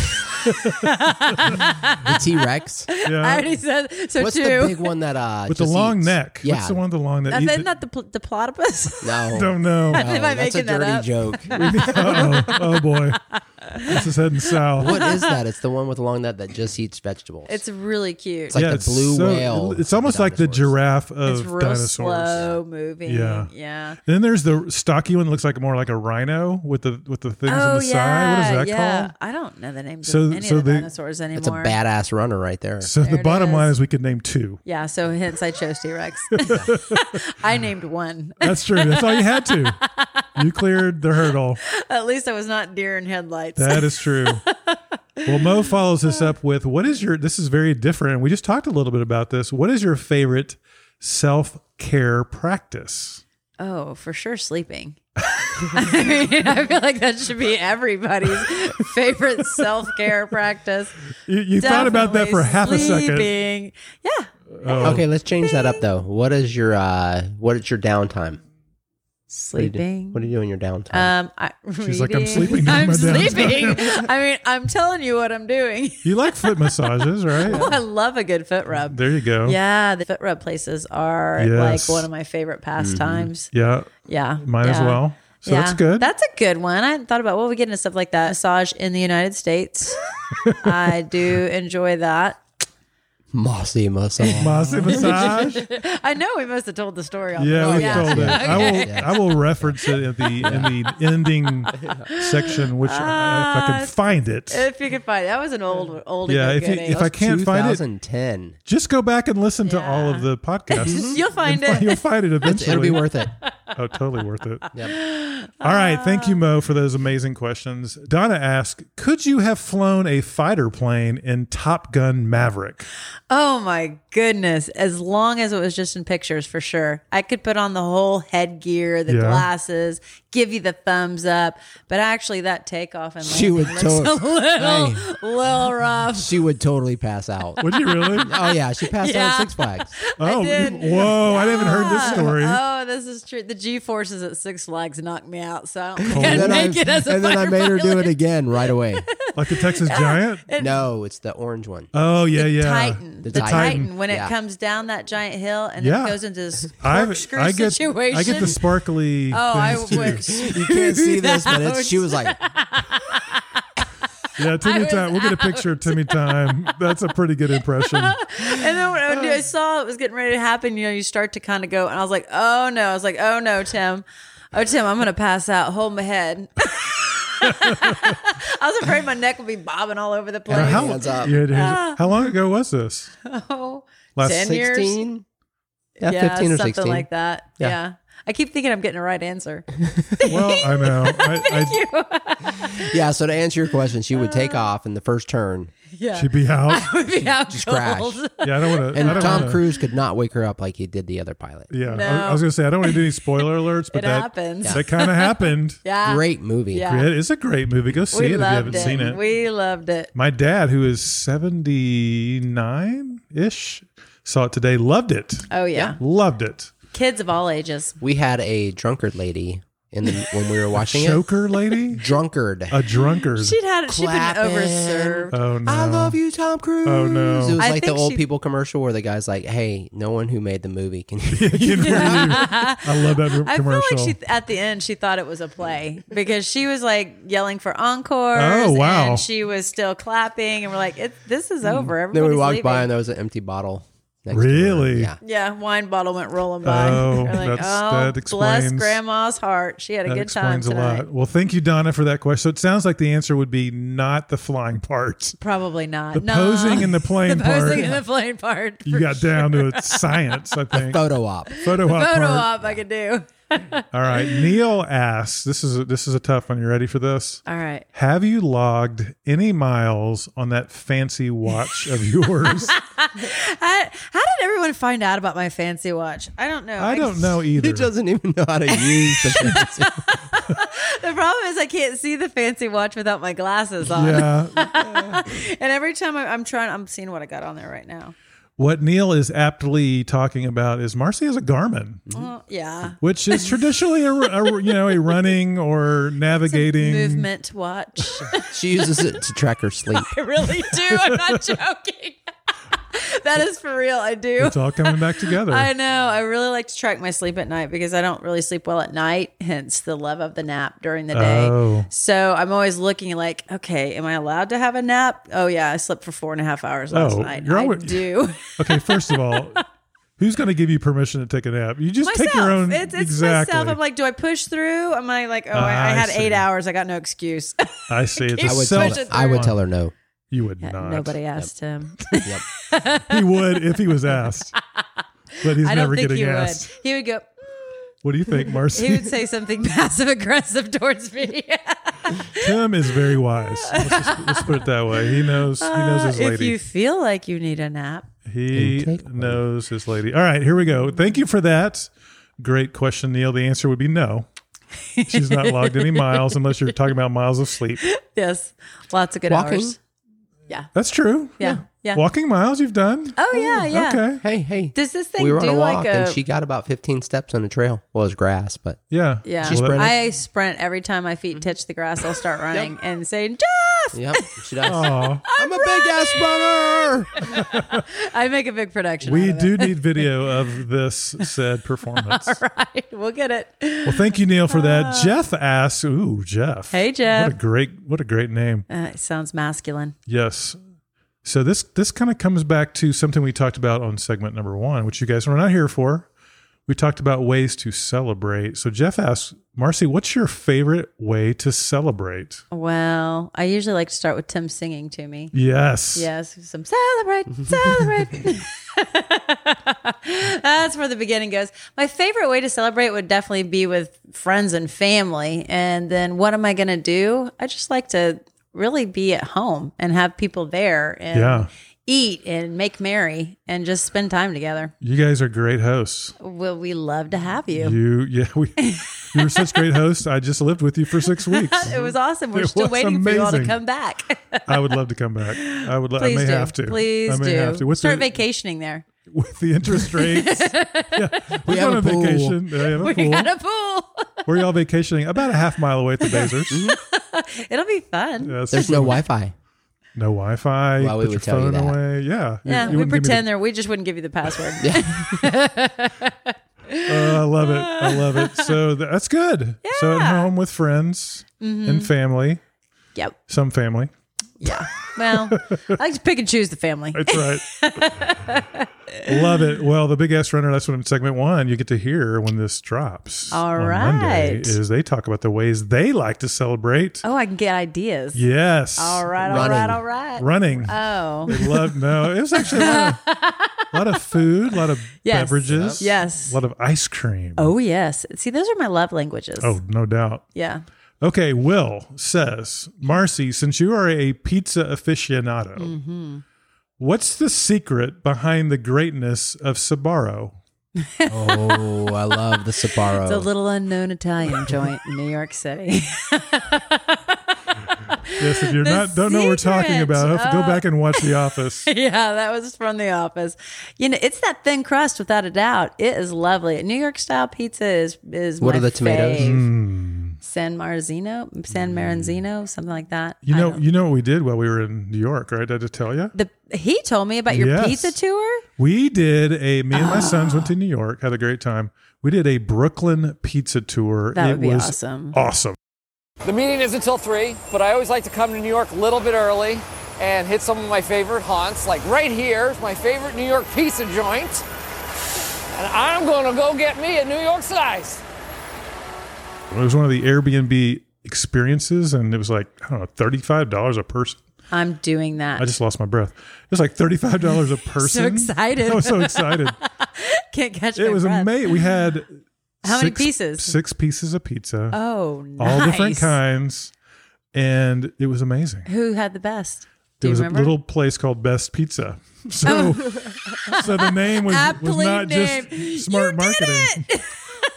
Speaker 1: The T Rex.
Speaker 3: I
Speaker 2: Yeah.
Speaker 3: already said so
Speaker 1: What's
Speaker 3: two.
Speaker 1: the big one that. uh
Speaker 2: With the
Speaker 1: just
Speaker 2: long
Speaker 1: eats?
Speaker 2: neck.
Speaker 1: Yeah.
Speaker 2: What's the one with the long neck?
Speaker 3: Is that
Speaker 2: Eat-
Speaker 3: not the pl- diplodocus?
Speaker 1: No.
Speaker 2: don't know.
Speaker 1: No,
Speaker 3: Am I
Speaker 1: that's a
Speaker 3: making that
Speaker 1: dirty
Speaker 3: up?
Speaker 1: joke.
Speaker 2: Uh-oh. oh boy. This is heading south.
Speaker 1: what is that? It's the one with the long neck that just eats vegetables.
Speaker 3: it's really cute. It's,
Speaker 1: like- the blue whale
Speaker 2: It's almost
Speaker 1: of
Speaker 2: like the
Speaker 1: dinosaurs.
Speaker 2: giraffe of
Speaker 3: real
Speaker 2: dinosaurs.
Speaker 3: slow moving.
Speaker 2: Yeah.
Speaker 3: Yeah.
Speaker 2: And then there's the stocky one that looks like more like a rhino with the with the things on
Speaker 3: Oh
Speaker 2: the
Speaker 3: yeah.
Speaker 2: side. What is that
Speaker 3: yeah.
Speaker 2: called?
Speaker 3: I don't know the names
Speaker 2: So-
Speaker 3: of any
Speaker 2: so
Speaker 3: of the
Speaker 2: they-
Speaker 3: dinosaurs anymore.
Speaker 1: it's a badass runner right there.
Speaker 2: So the
Speaker 3: it
Speaker 2: bottom
Speaker 3: is.
Speaker 2: line is we could name two.
Speaker 3: Yeah, so hence I chose T Rex. I named one.
Speaker 2: That's true. That's all you had to. You cleared the hurdle.
Speaker 3: At least I was not deer in headlights.
Speaker 2: That is true. Well, Mo follows this up with what is your this is very different. And we just talked a little bit about this. What is your favorite self-care practice?
Speaker 3: oh, for sure, sleeping. I mean, I feel like that should be everybody's favorite self care practice.
Speaker 2: You, you thought about that
Speaker 3: Definitely
Speaker 2: for half a second.
Speaker 3: sleeping. Yeah,
Speaker 1: Okay, let's change that up though. What is your uh what is your downtime?
Speaker 3: sleeping.
Speaker 1: What do you do in your downtime?
Speaker 3: um, I,
Speaker 2: She's like, I'm
Speaker 3: reading.
Speaker 2: sleeping during
Speaker 3: I'm
Speaker 2: my downtime.
Speaker 3: sleeping. I mean, I'm telling you what I'm doing.
Speaker 2: You like foot massages, right?
Speaker 3: I love a good foot rub.
Speaker 2: There you go.
Speaker 3: Yeah, the foot rub places are
Speaker 2: Yes.
Speaker 3: like one of my favorite pastimes.
Speaker 2: Yeah.
Speaker 3: Yeah.
Speaker 2: Mine as
Speaker 3: yeah.
Speaker 2: well. So
Speaker 3: Yeah.
Speaker 2: that's good.
Speaker 3: That's a good one. I hadn't thought about what we get into stuff like that. Massage in the United States. I do enjoy that.
Speaker 1: Mossy massage.
Speaker 2: Mossy massage.
Speaker 3: I know we must have told the story. On
Speaker 2: Yeah,
Speaker 1: Oh,
Speaker 2: we
Speaker 1: yeah.
Speaker 2: told it. I will.
Speaker 1: Okay.
Speaker 2: I will reference it at the in the ending section, which I, if I
Speaker 3: Uh,
Speaker 2: can find it.
Speaker 3: If you could find that was an old old
Speaker 2: Yeah,
Speaker 3: yeah,
Speaker 2: if you- if I can't find it-
Speaker 1: 2010.
Speaker 2: Just go back and listen to all of the podcasts.
Speaker 3: Mm, You'll find
Speaker 2: And
Speaker 3: it.
Speaker 2: You'll find it eventually.
Speaker 1: It'll be worth it.
Speaker 2: oh, totally worth it.
Speaker 1: Yep.
Speaker 2: All right, thank you, Mo, for those amazing questions. Donna asked, "Could you have flown a fighter plane in Top Gun Maverick?"
Speaker 3: Oh my goodness. As long as it was just in pictures for sure. I could put on the whole headgear, the
Speaker 2: Yeah.
Speaker 3: glasses, give you the thumbs up. But actually that takeoff and
Speaker 1: She would
Speaker 3: landing looks
Speaker 1: totally-
Speaker 3: a little,
Speaker 1: Hey.
Speaker 3: little rough.
Speaker 1: She would totally pass out.
Speaker 2: Would you really?
Speaker 1: Oh yeah, she passed out
Speaker 3: Yeah.
Speaker 1: at Six Flags.
Speaker 2: oh,
Speaker 3: did.
Speaker 2: whoa! I haven't heard this story.
Speaker 3: Oh, this is true. The G forces at Six Flags knocked me out, so I don't think
Speaker 1: And
Speaker 3: I'd
Speaker 1: then, I,
Speaker 3: make it as a
Speaker 1: and then I
Speaker 3: fighter
Speaker 1: made her do
Speaker 3: pilot.
Speaker 1: it again right away.
Speaker 2: Like the Texas Giant.
Speaker 1: No, it's the orange one.
Speaker 2: Oh yeah, yeah.
Speaker 3: Titan,
Speaker 1: The
Speaker 3: the,
Speaker 1: Titan.
Speaker 3: Titan. when
Speaker 1: Yeah.
Speaker 3: it comes down that giant hill and
Speaker 2: Yeah.
Speaker 3: it goes into this
Speaker 2: I've-
Speaker 3: corkscrew
Speaker 2: I get,
Speaker 3: situation.
Speaker 2: I get the sparkly.
Speaker 3: oh, I
Speaker 2: things, too.
Speaker 3: would.
Speaker 1: You can't see this, but it's, she was like,
Speaker 2: Yeah, Timmy
Speaker 3: was
Speaker 2: time. We'll get a picture of Timmy time. That's a pretty good impression.
Speaker 3: And then when I, when I saw it was getting ready to happen, you know, you start to kind of go, and I was like, oh no, I was like, oh no, Tim. Oh, Tim, I'm going to pass out. Hold my head. I was afraid my neck would be bobbing all over the place.
Speaker 1: Now,
Speaker 2: how,
Speaker 1: Hands up.
Speaker 2: yeah, it is.
Speaker 3: Ah.
Speaker 2: How long ago was this?
Speaker 3: Oh,
Speaker 2: Last-
Speaker 3: 10 years.
Speaker 1: 16? Yeah,
Speaker 3: yeah,
Speaker 1: 15 or
Speaker 3: something
Speaker 1: 16.
Speaker 3: like that.
Speaker 1: Yeah.
Speaker 3: Yeah. I keep thinking I'm getting the right answer.
Speaker 2: Well, I know. I,
Speaker 1: Yeah, so to answer your question, she would
Speaker 3: Uh.
Speaker 1: take off in the first turn.
Speaker 2: I,
Speaker 3: Yeah.
Speaker 2: she'd be out.
Speaker 3: Yeah,
Speaker 1: Just crash.
Speaker 3: cold.
Speaker 2: Yeah, I don't want to. I
Speaker 1: And
Speaker 2: don't
Speaker 1: Tom
Speaker 2: wanna,
Speaker 1: Cruise could not wake her up like he did the other pilot.
Speaker 2: Yeah,
Speaker 3: No.
Speaker 2: I, I was gonna say I don't want to do any spoiler alerts, but
Speaker 3: It
Speaker 2: that
Speaker 3: happens.
Speaker 2: that kind of happened.
Speaker 3: Yeah.
Speaker 1: Great movie.
Speaker 3: Yeah.
Speaker 2: It is a great movie. Go see
Speaker 3: We
Speaker 2: it if you
Speaker 3: loved
Speaker 2: haven't
Speaker 3: it.
Speaker 2: seen it.
Speaker 3: We loved it.
Speaker 2: My dad, who is seventy nine ish, saw it today. Loved it.
Speaker 3: Oh yeah.
Speaker 2: Loved it.
Speaker 3: Kids of all ages.
Speaker 1: We had a drunkard lady in the, when we were watching it.
Speaker 2: Choker lady?
Speaker 1: Drunkard.
Speaker 2: A drunkard.
Speaker 3: She'd had she'd been
Speaker 1: Clapping.
Speaker 3: overserved.
Speaker 2: oh, no.
Speaker 1: I love you, Tom Cruise.
Speaker 2: Oh, no.
Speaker 1: It was
Speaker 3: I
Speaker 1: like the
Speaker 3: think
Speaker 1: old
Speaker 3: she-
Speaker 1: people commercial where the guy's like, "Hey, no one who made the movie can." you
Speaker 2: You know, I love that
Speaker 3: I feel
Speaker 2: commercial.
Speaker 3: like she at the end she thought it was a play because she was like yelling for encore.
Speaker 2: Oh, wow.
Speaker 3: And she was still clapping, and we're like, it, "This is over."
Speaker 1: Mm. then
Speaker 3: Everybody's
Speaker 1: we walked
Speaker 3: leaving.
Speaker 1: by and there was an empty bottle. Next
Speaker 2: Really?
Speaker 1: To her.
Speaker 3: yeah, wine bottle went rolling by.
Speaker 2: Oh,
Speaker 3: We're like,
Speaker 2: that's-
Speaker 3: oh,
Speaker 2: that
Speaker 3: bless
Speaker 2: explains-
Speaker 3: grandma's heart. She had a
Speaker 2: that
Speaker 3: good time
Speaker 2: explains a
Speaker 3: tonight.
Speaker 2: lot. Well, thank you, Donna, for that question. So it sounds like the answer would be not the flying part.
Speaker 3: Probably not.
Speaker 2: The
Speaker 3: no.
Speaker 2: posing and the playing
Speaker 3: the
Speaker 2: part.
Speaker 3: posing and the playing part.
Speaker 2: you got down to a science, I think.
Speaker 1: Yeah. Photo op.
Speaker 2: Photo op.
Speaker 3: photo
Speaker 2: part.
Speaker 3: op. I could do.
Speaker 2: All right. Neil asks. This is a, this is a tough one. You ready for this?
Speaker 3: All right.
Speaker 2: Have you logged any miles on that fancy watch of yours?
Speaker 3: I, how did everyone find out about my fancy watch? I don't know.
Speaker 2: I don't know either.
Speaker 1: He doesn't even know how to use the
Speaker 3: The problem is I can't see the fancy watch without my glasses on.
Speaker 2: yeah.
Speaker 3: And every time I, I'm trying, I'm seeing what I got on there right now.
Speaker 2: What Neil is aptly talking about is Marcy has a Garmin,
Speaker 3: Well, yeah.
Speaker 2: which is traditionally a, a- you know a running or navigating
Speaker 3: Movement watch.
Speaker 1: She uses it to track her sleep.
Speaker 3: I really do. I'm not joking. that is for real. I do.
Speaker 2: It's all coming back together.
Speaker 3: I know. I really like to track my sleep at night because I don't really sleep well at night, hence the love of the nap during the day.
Speaker 2: Oh.
Speaker 3: So I'm always looking like, okay, am I allowed to have a nap? Oh, yeah. I slept for four and a half hours last
Speaker 2: Oh,
Speaker 3: night.
Speaker 2: you're
Speaker 3: I
Speaker 2: always-
Speaker 3: do.
Speaker 2: Okay, first of all, who's going to give you permission to take a nap? You just
Speaker 3: myself.
Speaker 2: take your own.
Speaker 3: It's, it's
Speaker 2: exactly.
Speaker 3: myself. I'm like, do I push through? Am I like, oh,
Speaker 2: Ah,
Speaker 3: I, I
Speaker 2: I
Speaker 3: had
Speaker 2: see.
Speaker 3: eight hours. I got no excuse.
Speaker 2: I see. It's
Speaker 3: I
Speaker 1: I
Speaker 2: a
Speaker 1: would
Speaker 2: self.
Speaker 1: tell.
Speaker 3: Push it
Speaker 1: I would
Speaker 3: through.
Speaker 1: tell her no.
Speaker 2: You would not.
Speaker 3: Nobody asked him.
Speaker 1: Yep.
Speaker 2: He would if he was asked, but he's
Speaker 3: I don't
Speaker 2: never
Speaker 3: think
Speaker 2: getting
Speaker 3: he
Speaker 2: asked.
Speaker 3: would. He would go.
Speaker 2: What do you think, Marcy?
Speaker 3: He would say something passive aggressive towards me.
Speaker 2: Tim is very wise. Let's, just, let's put it that way. He knows. He knows his
Speaker 3: Uh, if
Speaker 2: lady.
Speaker 3: you feel like you need a nap,
Speaker 2: He
Speaker 1: Then take one.
Speaker 2: knows his lady. All right, here we go. Thank you for that. Great question, Neil. The answer would be no. She's not logged any miles unless you're talking about miles of sleep.
Speaker 3: yes, lots of good
Speaker 1: Walking.
Speaker 3: hours.
Speaker 2: That's true.
Speaker 3: Yeah, yeah.
Speaker 2: Walking miles you've done.
Speaker 3: Oh yeah, yeah.
Speaker 2: Okay.
Speaker 1: Hey, hey.
Speaker 3: Does this thing
Speaker 1: we were on
Speaker 3: do
Speaker 1: a walk
Speaker 3: like a?
Speaker 1: and she got about 15 steps on the trail. Well, it was grass, but
Speaker 2: Yeah.
Speaker 3: yeah,
Speaker 1: She sprinted.
Speaker 3: I sprint every time my
Speaker 2: Mm-hmm.
Speaker 3: feet touch the grass. I'll start running and say, "Jeff!"
Speaker 1: yep, she does.
Speaker 2: Aw.
Speaker 1: I'm a big ass runner.
Speaker 3: I make a big production.
Speaker 2: we
Speaker 3: out of it.
Speaker 2: do need video of this said performance.
Speaker 3: We'll get it.
Speaker 2: Well, thank you, Neil, for that. Jeff asks, "Ooh, Jeff.
Speaker 3: Uh, Hey, Jeff.
Speaker 2: What a great, what a great name.
Speaker 3: Uh, it sounds masculine.
Speaker 2: Yes. So this this kind of comes back to something we talked about on segment number one, which you guys were not here for. We talked about ways to celebrate. So Jeff asks, Marcy, what's your favorite way to celebrate?
Speaker 3: Well, I usually like to start with Tim singing to me.
Speaker 2: Yes.
Speaker 3: Yes, some celebrate, celebrate. That's where the beginning goes. My favorite way to celebrate would definitely be with friends and family. And then what am I going to do? I just like to really be at home and have people there and
Speaker 2: Yeah.
Speaker 3: eat and make merry and just spend time together.
Speaker 2: You guys are great hosts.
Speaker 3: Well, we love to have you.
Speaker 2: You yeah, we you were such great hosts. I just lived with you for six weeks.
Speaker 3: It was awesome. We're
Speaker 2: It
Speaker 3: still
Speaker 2: was
Speaker 3: waiting for you all to
Speaker 2: amazing.
Speaker 3: come back.
Speaker 2: I would love to come back. I would. lo- I
Speaker 3: Please
Speaker 2: may
Speaker 3: do.
Speaker 2: have to.
Speaker 3: Please
Speaker 2: I may
Speaker 3: do.
Speaker 2: have to. With
Speaker 3: Start
Speaker 2: the,
Speaker 3: vacationing there.
Speaker 2: with the interest rates. yeah.
Speaker 1: We
Speaker 2: We're
Speaker 1: have
Speaker 2: going
Speaker 1: a
Speaker 2: on
Speaker 1: pool.
Speaker 2: vacation. Yeah, I have a
Speaker 3: We
Speaker 2: pool.
Speaker 3: got a pool. Mm-hmm.
Speaker 2: We're y'all vacationing about a half mile away at the Bazers.
Speaker 3: It'll be fun.
Speaker 2: Yes.
Speaker 1: There's no Wi-Fi.
Speaker 2: No Wi-Fi.
Speaker 1: Well, we
Speaker 2: put your
Speaker 1: would tell you
Speaker 2: phone
Speaker 1: that.
Speaker 2: away. Yeah.
Speaker 3: Yeah,
Speaker 2: You
Speaker 3: we
Speaker 2: wouldn't give me
Speaker 3: pretend there. We just wouldn't give you the password.
Speaker 2: The, oh, I love it. I love it. So th- that's good. So at home with friends
Speaker 3: Mm-hmm.
Speaker 2: and family,
Speaker 3: Yep.
Speaker 2: some family.
Speaker 3: Yeah. Well, I like to pick and choose the family.
Speaker 2: That's right. love it. Well, the big ass runner. That's what in segment one you get to hear when this drops.
Speaker 3: All
Speaker 2: on Monday,
Speaker 3: right.
Speaker 2: is they talk about the ways they like to celebrate.
Speaker 3: Oh, I can get ideas.
Speaker 2: Yes.
Speaker 3: All right, all
Speaker 1: Running.
Speaker 3: right, all right.
Speaker 2: Running.
Speaker 3: Oh,
Speaker 2: They love no. It was actually a lot of, lot of food, a lot of
Speaker 3: Yes.
Speaker 2: beverages,
Speaker 3: Yes.
Speaker 2: a lot of ice cream.
Speaker 3: oh yes. See, those are my love languages.
Speaker 2: oh, no doubt.
Speaker 3: yeah.
Speaker 2: Okay, Will says, Marcy, since you are a pizza aficionado,
Speaker 3: Mm-hmm.
Speaker 2: what's the secret behind the greatness of Sabaro?
Speaker 1: Oh, I love the Sapporo.
Speaker 2: Oh.
Speaker 3: It's a little unknown Italian joint in New York City.
Speaker 2: Yes, if you're
Speaker 3: The
Speaker 2: not don't know what we're talking
Speaker 3: secret.
Speaker 2: about, have to go
Speaker 3: Oh.
Speaker 2: back and watch The Office.
Speaker 3: yeah, that was from The Office. You know, it's that thin crust, without a doubt. It is lovely. New York style pizza is is
Speaker 1: What
Speaker 3: my
Speaker 1: are the tomatoes?
Speaker 3: fave.
Speaker 2: Mm.
Speaker 3: San Marzino, San Maranzino, something like that.
Speaker 2: You
Speaker 3: I
Speaker 2: know,
Speaker 3: don't-
Speaker 2: you know what we did while we were in New York, right? Did I just tell you?
Speaker 3: the he told me about your
Speaker 2: Yes.
Speaker 3: pizza tour.
Speaker 2: We did a me
Speaker 3: Oh.
Speaker 2: and my sons went to New York, had a great time. We did a Brooklyn pizza tour.
Speaker 3: That
Speaker 2: it
Speaker 3: would be
Speaker 2: was
Speaker 3: awesome.
Speaker 2: Awesome.
Speaker 8: The meeting is until 3, but I always like to come to New York a little bit early and hit some of my favorite haunts. Like right here is my favorite New York pizza joint. And I'm going to go get me a New York slice.
Speaker 2: It was one of the Airbnb experiences and it was like, I don't know, thirty five dollars a person.
Speaker 3: I'm doing that.
Speaker 2: I just lost my breath. It was like thirty five dollars a person.
Speaker 3: excited.
Speaker 2: I was so excited.
Speaker 3: can't catch my
Speaker 2: it was
Speaker 3: breath.
Speaker 2: amazing. We had
Speaker 3: How many pieces?
Speaker 2: Six pieces of pizza.
Speaker 3: Oh, nice.
Speaker 2: all different kinds. And it was amazing.
Speaker 3: Who had the best? Do
Speaker 2: There
Speaker 3: you
Speaker 2: was a
Speaker 3: remember?
Speaker 2: little place called Best Pizza. So,
Speaker 3: Oh.
Speaker 2: so the name was, was
Speaker 3: Aptly
Speaker 2: not
Speaker 3: named.
Speaker 2: just smart marketing.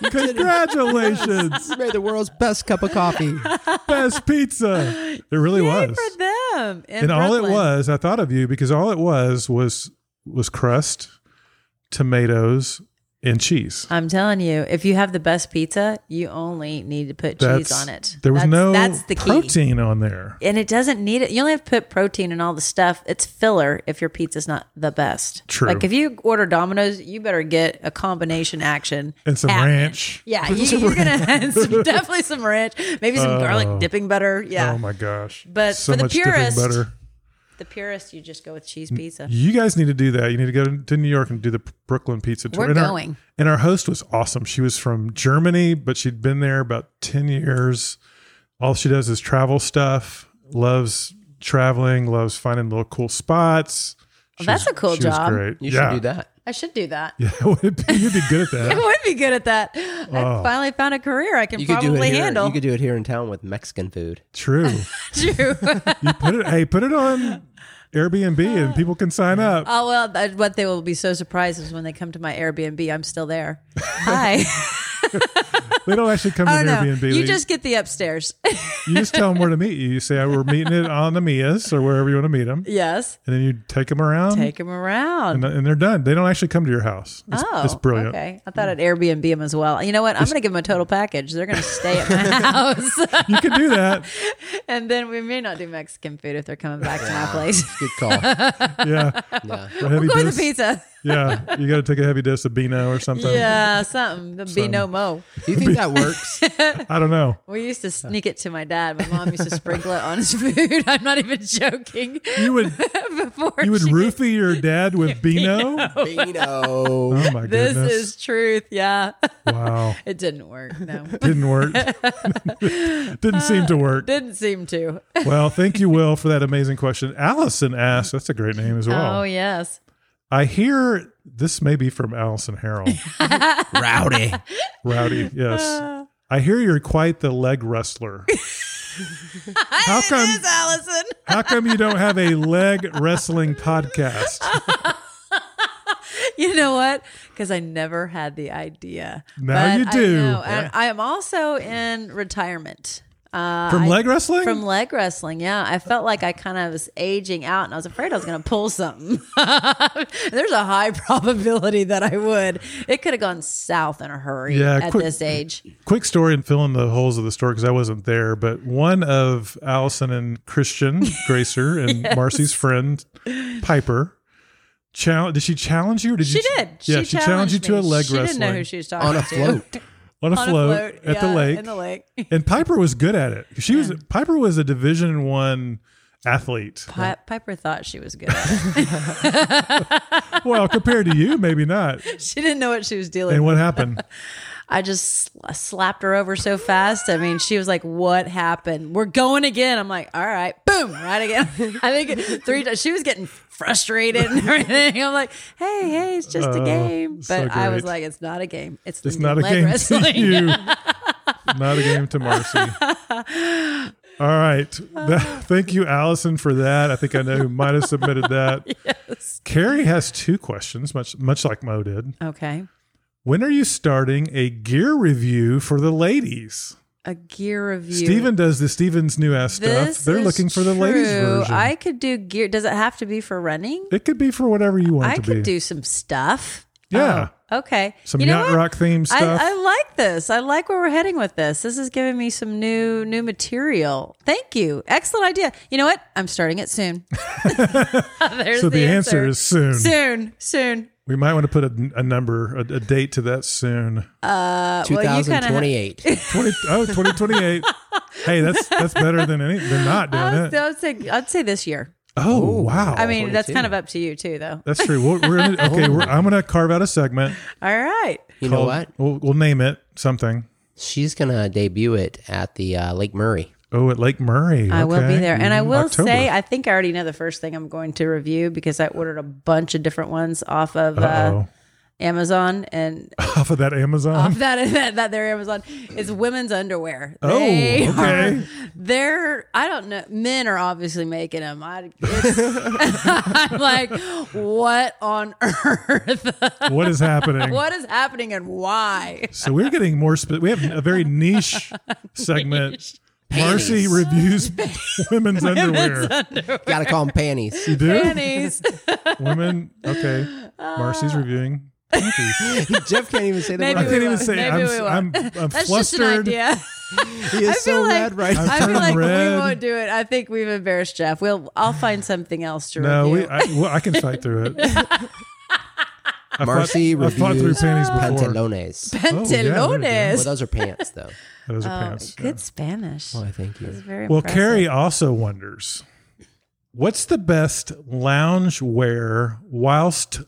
Speaker 2: Congratulations,
Speaker 1: You made the world's best cup of coffee.
Speaker 2: Best Pizza. It really was.
Speaker 3: for them. In
Speaker 2: And all it
Speaker 3: Brooklyn.
Speaker 2: was, I thought of you because all it was was was crust, tomatoes, and cheese.
Speaker 3: I'm telling you, if you have the best pizza, you only need to put cheese on it.
Speaker 2: There was
Speaker 3: That's-
Speaker 2: no
Speaker 3: that's the key.
Speaker 2: protein on there.
Speaker 3: And it doesn't need it. You only have to put protein and all the stuff. It's filler if your pizza's not the best.
Speaker 2: True.
Speaker 3: Like if you order Domino's, you better get a combination action
Speaker 2: And some
Speaker 3: happening.
Speaker 2: ranch.
Speaker 3: Yeah, you, you're gonna have some, definitely some ranch, maybe some garlic dipping butter. Yeah,
Speaker 2: Oh my gosh.
Speaker 3: But
Speaker 2: so
Speaker 3: for the
Speaker 2: much dipping
Speaker 3: purist-
Speaker 2: butter.
Speaker 3: the purest, you just go with cheese
Speaker 2: Mm,
Speaker 3: pizza.
Speaker 2: You guys need to do that. You need to go to New York and do the Brooklyn Pizza Tour.
Speaker 3: We're
Speaker 2: and
Speaker 3: going.
Speaker 2: Our, and our host was awesome. She was from Germany, but she'd been there about 10 years. All she does is travel stuff, loves traveling, loves finding little cool spots. She
Speaker 3: that's
Speaker 2: was-
Speaker 3: a cool
Speaker 2: she was
Speaker 3: job.
Speaker 2: great.
Speaker 1: You
Speaker 2: Yeah.
Speaker 1: should do that.
Speaker 3: I should do that.
Speaker 2: Yeah, would be- you'd be good at
Speaker 3: I
Speaker 2: that.
Speaker 3: would be good at that.
Speaker 2: Oh.
Speaker 3: I finally found a career I can
Speaker 1: You could do it
Speaker 3: probably
Speaker 1: here.
Speaker 3: handle.
Speaker 1: You could do it here in town with Mexican food.
Speaker 2: True.
Speaker 3: True.
Speaker 2: You put it. Hey, put it on Airbnb and people can sign up.
Speaker 3: Oh well, th- what they will be so surprised is when they come to my Airbnb. I'm still there. Hi.
Speaker 2: They don't actually come to
Speaker 3: oh
Speaker 2: an
Speaker 3: no,
Speaker 2: Airbnb.
Speaker 3: you
Speaker 2: They-
Speaker 3: just get the upstairs.
Speaker 2: you just tell them where to meet you. You say "Oh, we're meeting it on the Mias or wherever you want to meet them,
Speaker 3: yes,
Speaker 2: and then you take them around.
Speaker 3: take them
Speaker 2: and,
Speaker 3: around.
Speaker 2: and they're done. They don't actually come to your house. It's,
Speaker 3: oh,
Speaker 2: it's brilliant.
Speaker 3: Okay, I thought I'd Airbnb them as well. You know what? I'm going to give them a total package. They're going to stay at my house,
Speaker 2: You can do that.
Speaker 3: and then we may not do Mexican food if they're coming back to my place.
Speaker 1: Good call.
Speaker 2: Yeah. A heavy
Speaker 3: Go with
Speaker 2: dose-
Speaker 3: the pizza.
Speaker 2: Yeah. You got to take a heavy dose of Beano or something.
Speaker 3: Yeah, something. The be no mo.
Speaker 1: Do you think that works?
Speaker 2: I don't know.
Speaker 3: We used to sneak it to my dad. My mom used to sprinkle it on his food. I'm not even joking.
Speaker 2: You would
Speaker 3: Before
Speaker 2: you would
Speaker 3: she-
Speaker 2: roofie your dad with Beano?
Speaker 1: Beano.
Speaker 2: Oh my
Speaker 3: This
Speaker 2: goodness.
Speaker 3: is truth. Yeah.
Speaker 2: wow.
Speaker 3: It didn't work. No.
Speaker 2: Didn't work. Didn't seem to work.
Speaker 3: didn't seem to.
Speaker 2: Well, thank you, Will, for that amazing question. Allison asked, that's a great name as well.
Speaker 3: Oh, yes.
Speaker 2: I hear this may be from Allison Harrell.
Speaker 1: Rowdy.
Speaker 2: Rowdy, yes.
Speaker 3: Uh.
Speaker 2: I hear you're quite the leg wrestler. How come
Speaker 3: Allison.
Speaker 2: How come you don't have a leg wrestling podcast?
Speaker 3: You know what? Because I never had the idea.
Speaker 2: Now you
Speaker 3: I
Speaker 2: do.
Speaker 3: know. And I, am also in retirement. Uh,
Speaker 2: From
Speaker 3: I-
Speaker 2: leg wrestling?
Speaker 3: From leg wrestling, yeah. I felt like I kind of was aging out and I was afraid I was going to pull something. There's a high probability that I would. It could have gone south in a hurry
Speaker 2: Yeah,
Speaker 3: at
Speaker 2: quick-
Speaker 3: this age.
Speaker 2: Quick story and fill in the holes of the story because I wasn't there, but one of Allison and Christian Gracer and Marcy's friend Piper. Challenge? Did she challenge you? Or did
Speaker 3: She
Speaker 2: you?
Speaker 3: did.
Speaker 2: Yeah, she, challenged you to a
Speaker 3: me.
Speaker 2: leg
Speaker 3: she
Speaker 2: wrestling
Speaker 3: didn't know who she was talking
Speaker 1: On a
Speaker 3: to.
Speaker 1: float.
Speaker 2: on a
Speaker 3: On
Speaker 2: float,
Speaker 3: a float
Speaker 2: at the
Speaker 3: yeah,
Speaker 2: lake.
Speaker 3: In the lake.
Speaker 2: And Piper was good at it. She was Piper was a Division One athlete.
Speaker 3: Pi- Piper thought she was good at it.
Speaker 2: well, compared to you, maybe not.
Speaker 3: she didn't know what she was dealing
Speaker 2: And
Speaker 3: with.
Speaker 2: what happened?
Speaker 3: I just sl- slapped her over so fast. I mean, she was like, What happened? We're going again. I'm like, All right, boom, right again. I think three times. She was getting frustrated and everything. I'm like, Hey, hey, it's just a
Speaker 2: Oh,
Speaker 3: game. But
Speaker 2: so
Speaker 3: I was
Speaker 2: great.
Speaker 3: like, It's not a game. It's,
Speaker 2: It's
Speaker 3: the
Speaker 2: not a
Speaker 3: leg
Speaker 2: game
Speaker 3: wrestling.
Speaker 2: to you. not a game to Marcy. All right. That- thank you, Allison, for that. I think I know who might have submitted that. Carrie has two questions, much much like Mo did.
Speaker 3: Okay.
Speaker 2: When are you starting a gear review for the ladies?
Speaker 3: A gear review.
Speaker 2: Steven does the Steven's new ass
Speaker 3: This
Speaker 2: stuff. They're
Speaker 3: is
Speaker 2: looking for the ladies
Speaker 3: true.
Speaker 2: version.
Speaker 3: I could do gear. Does it have to be for running?
Speaker 2: it could be for whatever you want
Speaker 3: I
Speaker 2: it to
Speaker 3: could
Speaker 2: be.
Speaker 3: do some stuff.
Speaker 2: yeah.
Speaker 3: Okay.
Speaker 2: Some
Speaker 3: You know
Speaker 2: yacht
Speaker 3: what?
Speaker 2: rock theme
Speaker 3: I,
Speaker 2: stuff.
Speaker 3: I like this. I like where we're heading with this. This is giving me some new new material. Thank you. Excellent idea. You know what? I'm starting it soon. There's
Speaker 2: so the, answer. is soon.
Speaker 3: soon, soon.
Speaker 2: We might want to put a, a number, a, a date to that soon.
Speaker 3: well, you kinda have-
Speaker 1: 2028.
Speaker 2: 20, oh, 2028. hey, that's that's better than any. They're not doing
Speaker 3: I
Speaker 2: it.
Speaker 3: would, I would say I'd say this year.
Speaker 2: oh wow.
Speaker 3: Oh, I mean, that's
Speaker 1: 22.
Speaker 3: kind of up to you too, though.
Speaker 2: that's true. We're, we're in it- okay. We're, I'm gonna carve out a segment.
Speaker 3: All right.
Speaker 1: you know
Speaker 2: called-
Speaker 1: what?
Speaker 2: We'll, we'll name it something.
Speaker 1: She's gonna debut it at the uh, Lake Murray.
Speaker 2: Oh, at Lake Murray.
Speaker 3: I will be
Speaker 2: okay.
Speaker 3: there. And I
Speaker 2: Mm,
Speaker 3: will
Speaker 2: October.
Speaker 3: say, I think I already know the first thing I'm going to review because I ordered a bunch of different ones off of uh,
Speaker 2: Uh-oh.
Speaker 3: Amazon and
Speaker 2: off of that Amazon.
Speaker 3: off that, that that their Amazon is women's underwear.
Speaker 2: Oh,
Speaker 3: They
Speaker 2: okay.
Speaker 3: Are, they're I don't know. Men are obviously making them. I, it's, I'm like, what on earth?
Speaker 2: what is happening?
Speaker 3: what is happening and why?
Speaker 2: So we're getting more. Spe- we have a very niche segment. Marcy reviews women's underwear.
Speaker 1: Gotta call them panties.
Speaker 2: You do
Speaker 3: Panties.
Speaker 2: women? Okay. Marcy's reviewing. panties.
Speaker 1: Jeff can't even say the
Speaker 3: Maybe
Speaker 2: I
Speaker 1: word.
Speaker 2: can't
Speaker 3: we
Speaker 2: even
Speaker 3: won't.
Speaker 2: say.
Speaker 3: Maybe
Speaker 2: I'm,
Speaker 3: we
Speaker 2: s-
Speaker 3: won't.
Speaker 2: I'm, I'm
Speaker 3: That's just an
Speaker 2: flustered.
Speaker 3: idea.
Speaker 1: He is
Speaker 3: I feel
Speaker 1: so
Speaker 3: like,
Speaker 1: red right
Speaker 2: I'm
Speaker 1: now.
Speaker 3: I feel
Speaker 2: turning
Speaker 3: like
Speaker 2: red.
Speaker 3: we won't do it. I think we've embarrassed Jeff. We'll I'll find something else to
Speaker 2: No, we,
Speaker 3: review.
Speaker 2: I, well, I can fight through it. I
Speaker 1: Marcy
Speaker 2: fought, I fought through
Speaker 1: reviews
Speaker 2: panties before.
Speaker 1: Pantalones.
Speaker 2: Oh, yeah, there you go.
Speaker 1: Well,
Speaker 3: Pantalones.
Speaker 1: those are pants, though.
Speaker 2: Those are
Speaker 3: Oh,
Speaker 2: pants.
Speaker 3: good Spanish.
Speaker 1: Why, thank you.
Speaker 3: Very
Speaker 2: Well,
Speaker 3: impressive.
Speaker 2: Carrie also wonders what's the best lounge wear whilst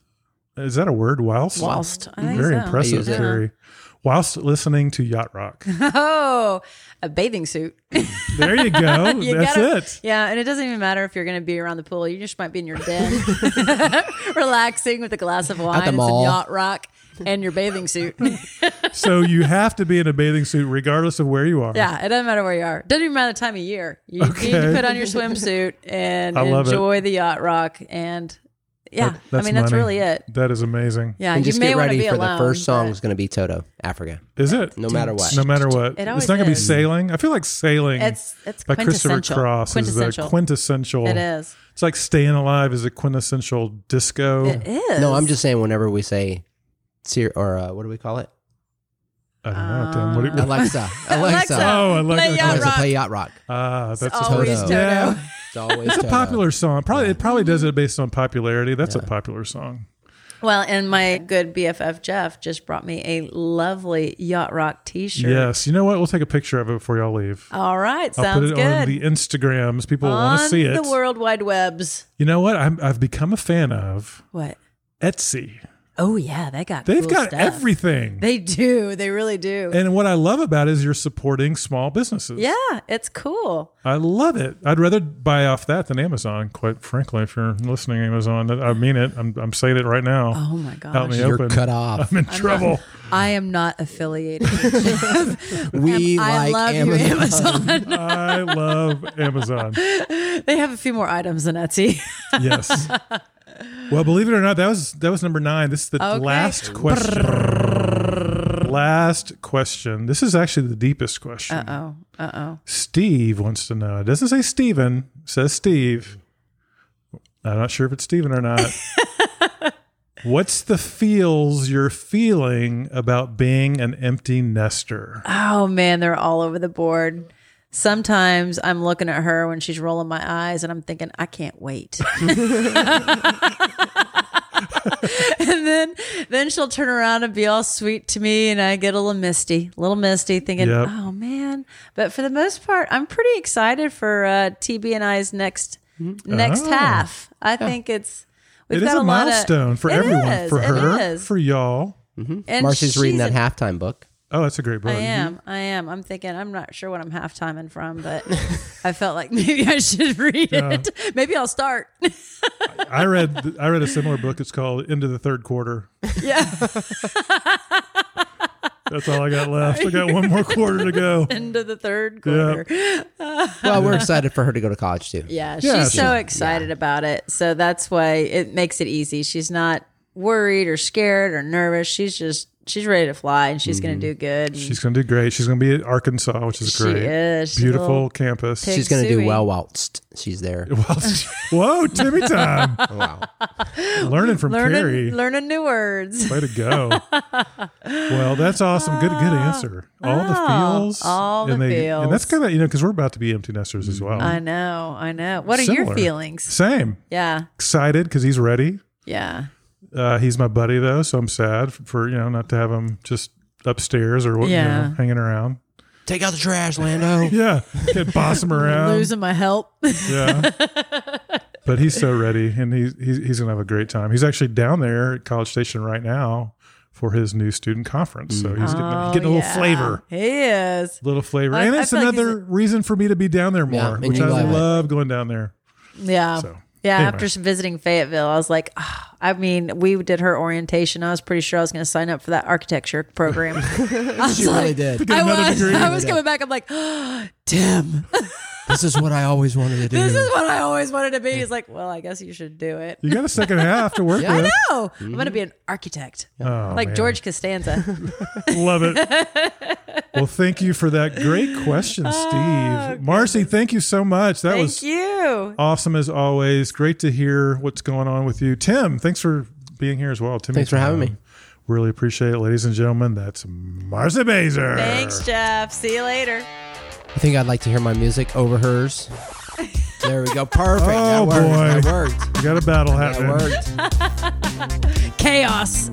Speaker 2: is that a word whilst
Speaker 3: Whilst. I think
Speaker 2: very
Speaker 3: so.
Speaker 2: impressive
Speaker 1: I use it.
Speaker 2: Carrie whilst listening to yacht rock
Speaker 3: Oh, a bathing suit.
Speaker 2: there you go
Speaker 3: You
Speaker 2: that's
Speaker 3: gotta-
Speaker 2: it
Speaker 3: Yeah, and it doesn't even matter if you're going to be around the pool. You just might be in your den, relaxing with a glass of wine and some
Speaker 1: mall.
Speaker 3: yacht rock and your bathing suit.
Speaker 2: so you have to be in a bathing suit regardless of where you are
Speaker 3: yeah, it doesn't matter where you are. Doesn't even matter the time of year. You need
Speaker 2: Okay.
Speaker 3: to put on your swimsuit and
Speaker 2: I love it.
Speaker 3: enjoy the yacht rock. And yeah,
Speaker 2: That- that's
Speaker 3: I mean that's
Speaker 2: money.
Speaker 3: really it.
Speaker 2: that is amazing
Speaker 3: Yeah,
Speaker 1: And
Speaker 3: you
Speaker 1: just
Speaker 3: may
Speaker 1: get
Speaker 3: want to
Speaker 1: ready
Speaker 3: be
Speaker 1: for
Speaker 3: alone.
Speaker 1: the first song
Speaker 3: but-
Speaker 1: is going to be Toto, Africa.
Speaker 2: is it
Speaker 1: No matter what.
Speaker 2: no matter what
Speaker 3: It always
Speaker 2: it's not gonna be
Speaker 3: is.
Speaker 2: sailing I feel like sailing
Speaker 3: It's- it's
Speaker 2: by Christopher
Speaker 3: quintessential.
Speaker 2: Cross is the
Speaker 3: Quintessential.
Speaker 2: quintessential
Speaker 3: It is.
Speaker 2: it's like staying alive is a quintessential disco
Speaker 3: It is.
Speaker 1: No, I'm just saying whenever we say, ser- or uh, what do we call it?
Speaker 2: I don't know Tim what do you,
Speaker 1: Alexa. Alexa.
Speaker 3: Alexa.
Speaker 2: Oh, I like
Speaker 3: Play
Speaker 2: that.
Speaker 3: yacht
Speaker 1: Alexa,
Speaker 3: rock.
Speaker 1: play Yacht Rock.
Speaker 2: Ah, that's a
Speaker 3: always
Speaker 1: Toto.
Speaker 2: Yeah,
Speaker 1: It's always uh,
Speaker 2: it's a
Speaker 1: Toto.
Speaker 2: popular song. Probably it probably
Speaker 3: Mm-hmm.
Speaker 2: does it based on popularity. That's a popular song.
Speaker 3: Well, and my good BFF Jeff just brought me a lovely yacht rock T-shirt.
Speaker 2: Yes, you know what? We'll take a picture of it before y'all leave.
Speaker 3: All
Speaker 2: I'll
Speaker 3: right,
Speaker 2: put
Speaker 3: sounds
Speaker 2: it
Speaker 3: good.
Speaker 2: on the Instagrams. People want to
Speaker 3: On
Speaker 2: see it.
Speaker 3: the World Wide Webs.
Speaker 2: You know what? I'm, I've become a fan of
Speaker 3: What?
Speaker 2: Etsy.
Speaker 3: Oh yeah, they got.
Speaker 2: They've
Speaker 3: cool
Speaker 2: got
Speaker 3: stuff.
Speaker 2: everything.
Speaker 3: They do. They really do.
Speaker 2: and what I love about it is you're supporting small businesses.
Speaker 3: yeah, it's cool.
Speaker 2: I love it. I'd rather buy off that than Amazon, quite frankly. If you're listening, Amazon, I mean it. I'm, I'm saying it right now.
Speaker 3: Oh my
Speaker 2: Help
Speaker 3: gosh,
Speaker 2: me
Speaker 1: You're
Speaker 2: open.
Speaker 1: cut off.
Speaker 2: I'm in trouble.
Speaker 3: I am not affiliated.
Speaker 1: we
Speaker 3: I
Speaker 1: like
Speaker 3: love you, Amazon.
Speaker 2: I love Amazon.
Speaker 3: they have a few more items than Etsy.
Speaker 2: Yes. Well, believe it or not, that was that was number nine. This is the
Speaker 3: Okay.
Speaker 2: last question. last question. This is actually the deepest question.
Speaker 3: oh, uh oh.
Speaker 2: Steve wants to know. It doesn't say Steven, it says Steve. I'm not sure if it's Steven or not. What's the feels you're feeling about being an empty nester?
Speaker 3: Oh man, they're all over the board. Sometimes I'm looking at her when she's rolling my eyes and I'm thinking, I can't wait. and then then she'll turn around and be all sweet to me and I get a little misty, a little misty thinking,
Speaker 2: Yep.
Speaker 3: oh man. But for the most part, I'm pretty excited for uh, TB and I's next next
Speaker 2: Oh.
Speaker 3: half. I think it's we've
Speaker 2: It is
Speaker 3: got
Speaker 2: a,
Speaker 3: a, lot of-
Speaker 2: milestone for
Speaker 3: It
Speaker 2: everyone,
Speaker 3: is,
Speaker 2: for
Speaker 3: it
Speaker 2: her,
Speaker 3: is.
Speaker 2: for y'all.
Speaker 3: And
Speaker 1: Marcy's reading
Speaker 3: she's
Speaker 1: that halftime book.
Speaker 2: Oh, that's a great book.
Speaker 3: I am. I am. I'm thinking. I'm not sure what I'm halftiming from, but I felt like maybe I should read it. Maybe I'll start.
Speaker 2: I read I read a similar book. It's called Into the Third Quarter.
Speaker 3: yeah.
Speaker 2: That's all I got left. I got one more quarter to go.
Speaker 3: End of the third quarter. Yeah.
Speaker 1: Well, we're excited for her to go to college too.
Speaker 2: Yeah,
Speaker 3: she's so
Speaker 2: sure.
Speaker 3: excited about it. So that's why it makes it easy. She's not worried or scared or nervous. She's just she's ready to fly and she's going to do good. And
Speaker 2: Mm-hmm. She's going to do great. She's going to be at Arkansas, which is
Speaker 3: She
Speaker 2: great.
Speaker 3: is. She's a
Speaker 2: Beautiful
Speaker 3: little
Speaker 2: campus.
Speaker 3: pig.
Speaker 1: She's going to do
Speaker 3: Suey.
Speaker 1: well whilst she's there.
Speaker 2: Well, whoa, Timmy time.
Speaker 1: Wow.
Speaker 2: Learning from Carrie.
Speaker 3: learning, learning new words.
Speaker 2: Way to go. well, that's awesome. Good, good answer. All the feels.
Speaker 3: Ah, all the
Speaker 2: and And that's
Speaker 3: feels. Mm-hmm.
Speaker 2: kind of, you know, because we're about to be empty nesters as well.
Speaker 3: I know, I know. What are your
Speaker 2: Similar.
Speaker 3: feelings?
Speaker 2: Same.
Speaker 3: Yeah,
Speaker 2: Excited because he's ready.
Speaker 3: yeah.
Speaker 2: Uh, he's my buddy, though, so I'm sad for, you know, not to have him just upstairs or, what you
Speaker 3: Yeah.
Speaker 2: know, hanging around.
Speaker 1: Take out the trash, Lando.
Speaker 2: Yeah. Get boss him around.
Speaker 3: Losing my help.
Speaker 2: Yeah. but he's so ready and he's, he's, he's going to have a great time. He's actually down there at College Station right now for his new student conference. So he's getting, getting a little
Speaker 3: Mm. Oh, yeah.
Speaker 2: flavor.
Speaker 3: he is.
Speaker 2: Little flavor.
Speaker 3: I-
Speaker 2: and
Speaker 3: I
Speaker 2: it's
Speaker 3: feel like he's
Speaker 2: another reason for me to be down there more,
Speaker 1: Yeah, and
Speaker 2: which
Speaker 1: you
Speaker 2: I
Speaker 1: love it.
Speaker 2: love going down there.
Speaker 3: Yeah.
Speaker 2: So,
Speaker 3: yeah.
Speaker 2: anyway.
Speaker 3: After visiting Fayetteville, I was like, "Ah." I mean, we did her orientation. I was pretty sure I was going to sign up for that architecture program. I was
Speaker 1: She really
Speaker 3: like-
Speaker 1: did.
Speaker 3: I
Speaker 2: another
Speaker 3: was.
Speaker 2: degree.
Speaker 3: I was coming back. I'm like, "Ah, Tim,
Speaker 1: This is what I always wanted to do.
Speaker 3: this is what I always wanted to be. He's like, well, I guess you should do it.
Speaker 2: You got a second half to work
Speaker 3: I
Speaker 2: with.
Speaker 3: know. I'm going to be an architect,
Speaker 2: Mm-hmm. Oh,
Speaker 3: like
Speaker 2: man.
Speaker 3: George Costanza.
Speaker 2: Love it. well, thank you for that great question, Steve. Marcy, thank you so much. That
Speaker 3: Oh, Thank
Speaker 2: was
Speaker 3: you.
Speaker 2: awesome as always. Great to hear what's going on with you. Tim, thanks for being here as well. Tim,
Speaker 1: Thanks for having me.
Speaker 2: Really appreciate it, ladies and gentlemen. That's Marcy Baser.
Speaker 3: Thanks, Jeff. See you later.
Speaker 2: Mm-hmm.
Speaker 1: I think I'd like to hear my music over hers. There we go. Perfect.
Speaker 2: Oh,
Speaker 1: that worked.
Speaker 2: boy.
Speaker 1: That worked.
Speaker 2: You got a battle happening.
Speaker 1: That worked.
Speaker 3: Chaos.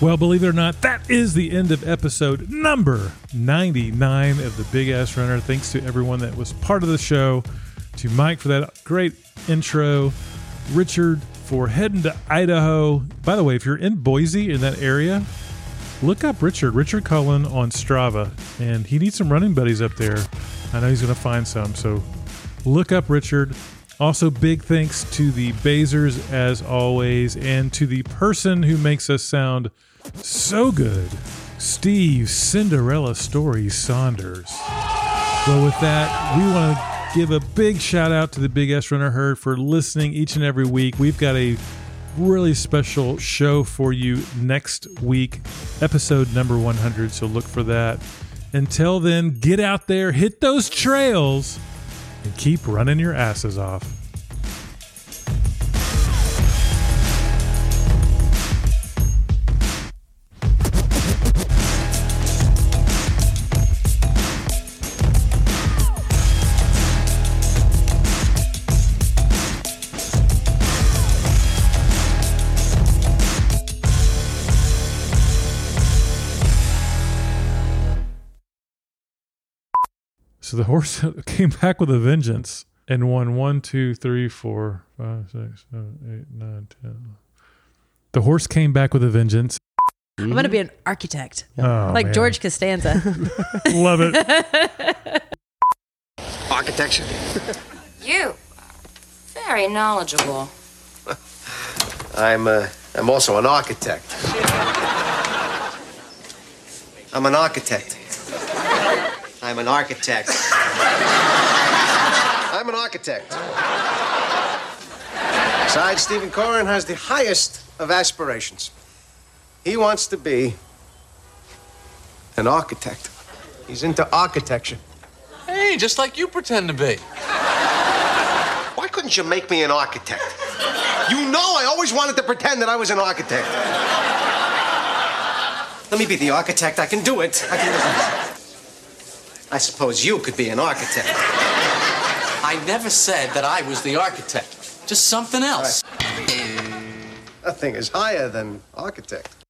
Speaker 2: Well, believe it or not, that is the end of episode number 99 of The Big Ass Runner. Thanks to everyone that was part of the show, to Mike for that great intro, Richard for heading to Idaho. By the way, if you're in Boise in that area, look up Richard, Richard Cullen on Strava, and he needs some running buddies up there. I know he's going to find some, so look up Richard. Also, big thanks to the Bazers as always, and to the person who makes us sound so good, Steve Cinderella Story Saunders. Well, with that, we want to give a big shout out to the Big S Runner Herd for listening each and every week. We've got a really special show for you next week, episode number 100. So look for that. Until then, get out there, hit those trails, and keep running your asses off. So the horse came back with a vengeance and won one, two, three, four, five, six, seven, eight, nine, ten. The horse came back with a vengeance.
Speaker 3: I'm going to be an architect,
Speaker 2: Oh,
Speaker 3: like
Speaker 2: man.
Speaker 3: George Costanza.
Speaker 2: Love it.
Speaker 5: Architecture.
Speaker 9: You very knowledgeable.
Speaker 5: I'm uh, I'm also an architect. I'm an architect. I'm an architect. I'm an architect. Besides, Stephen Corin has the highest of aspirations. He wants to be an architect. He's into architecture.
Speaker 10: Hey, just like you pretend to be.
Speaker 5: Why couldn't you make me an architect? You know I always wanted to pretend that I was an architect. Let me be the architect. I can do it. I can do it. I suppose you could be an architect.
Speaker 10: I never said that I was the architect. Just something else.
Speaker 5: That thing is higher than architect.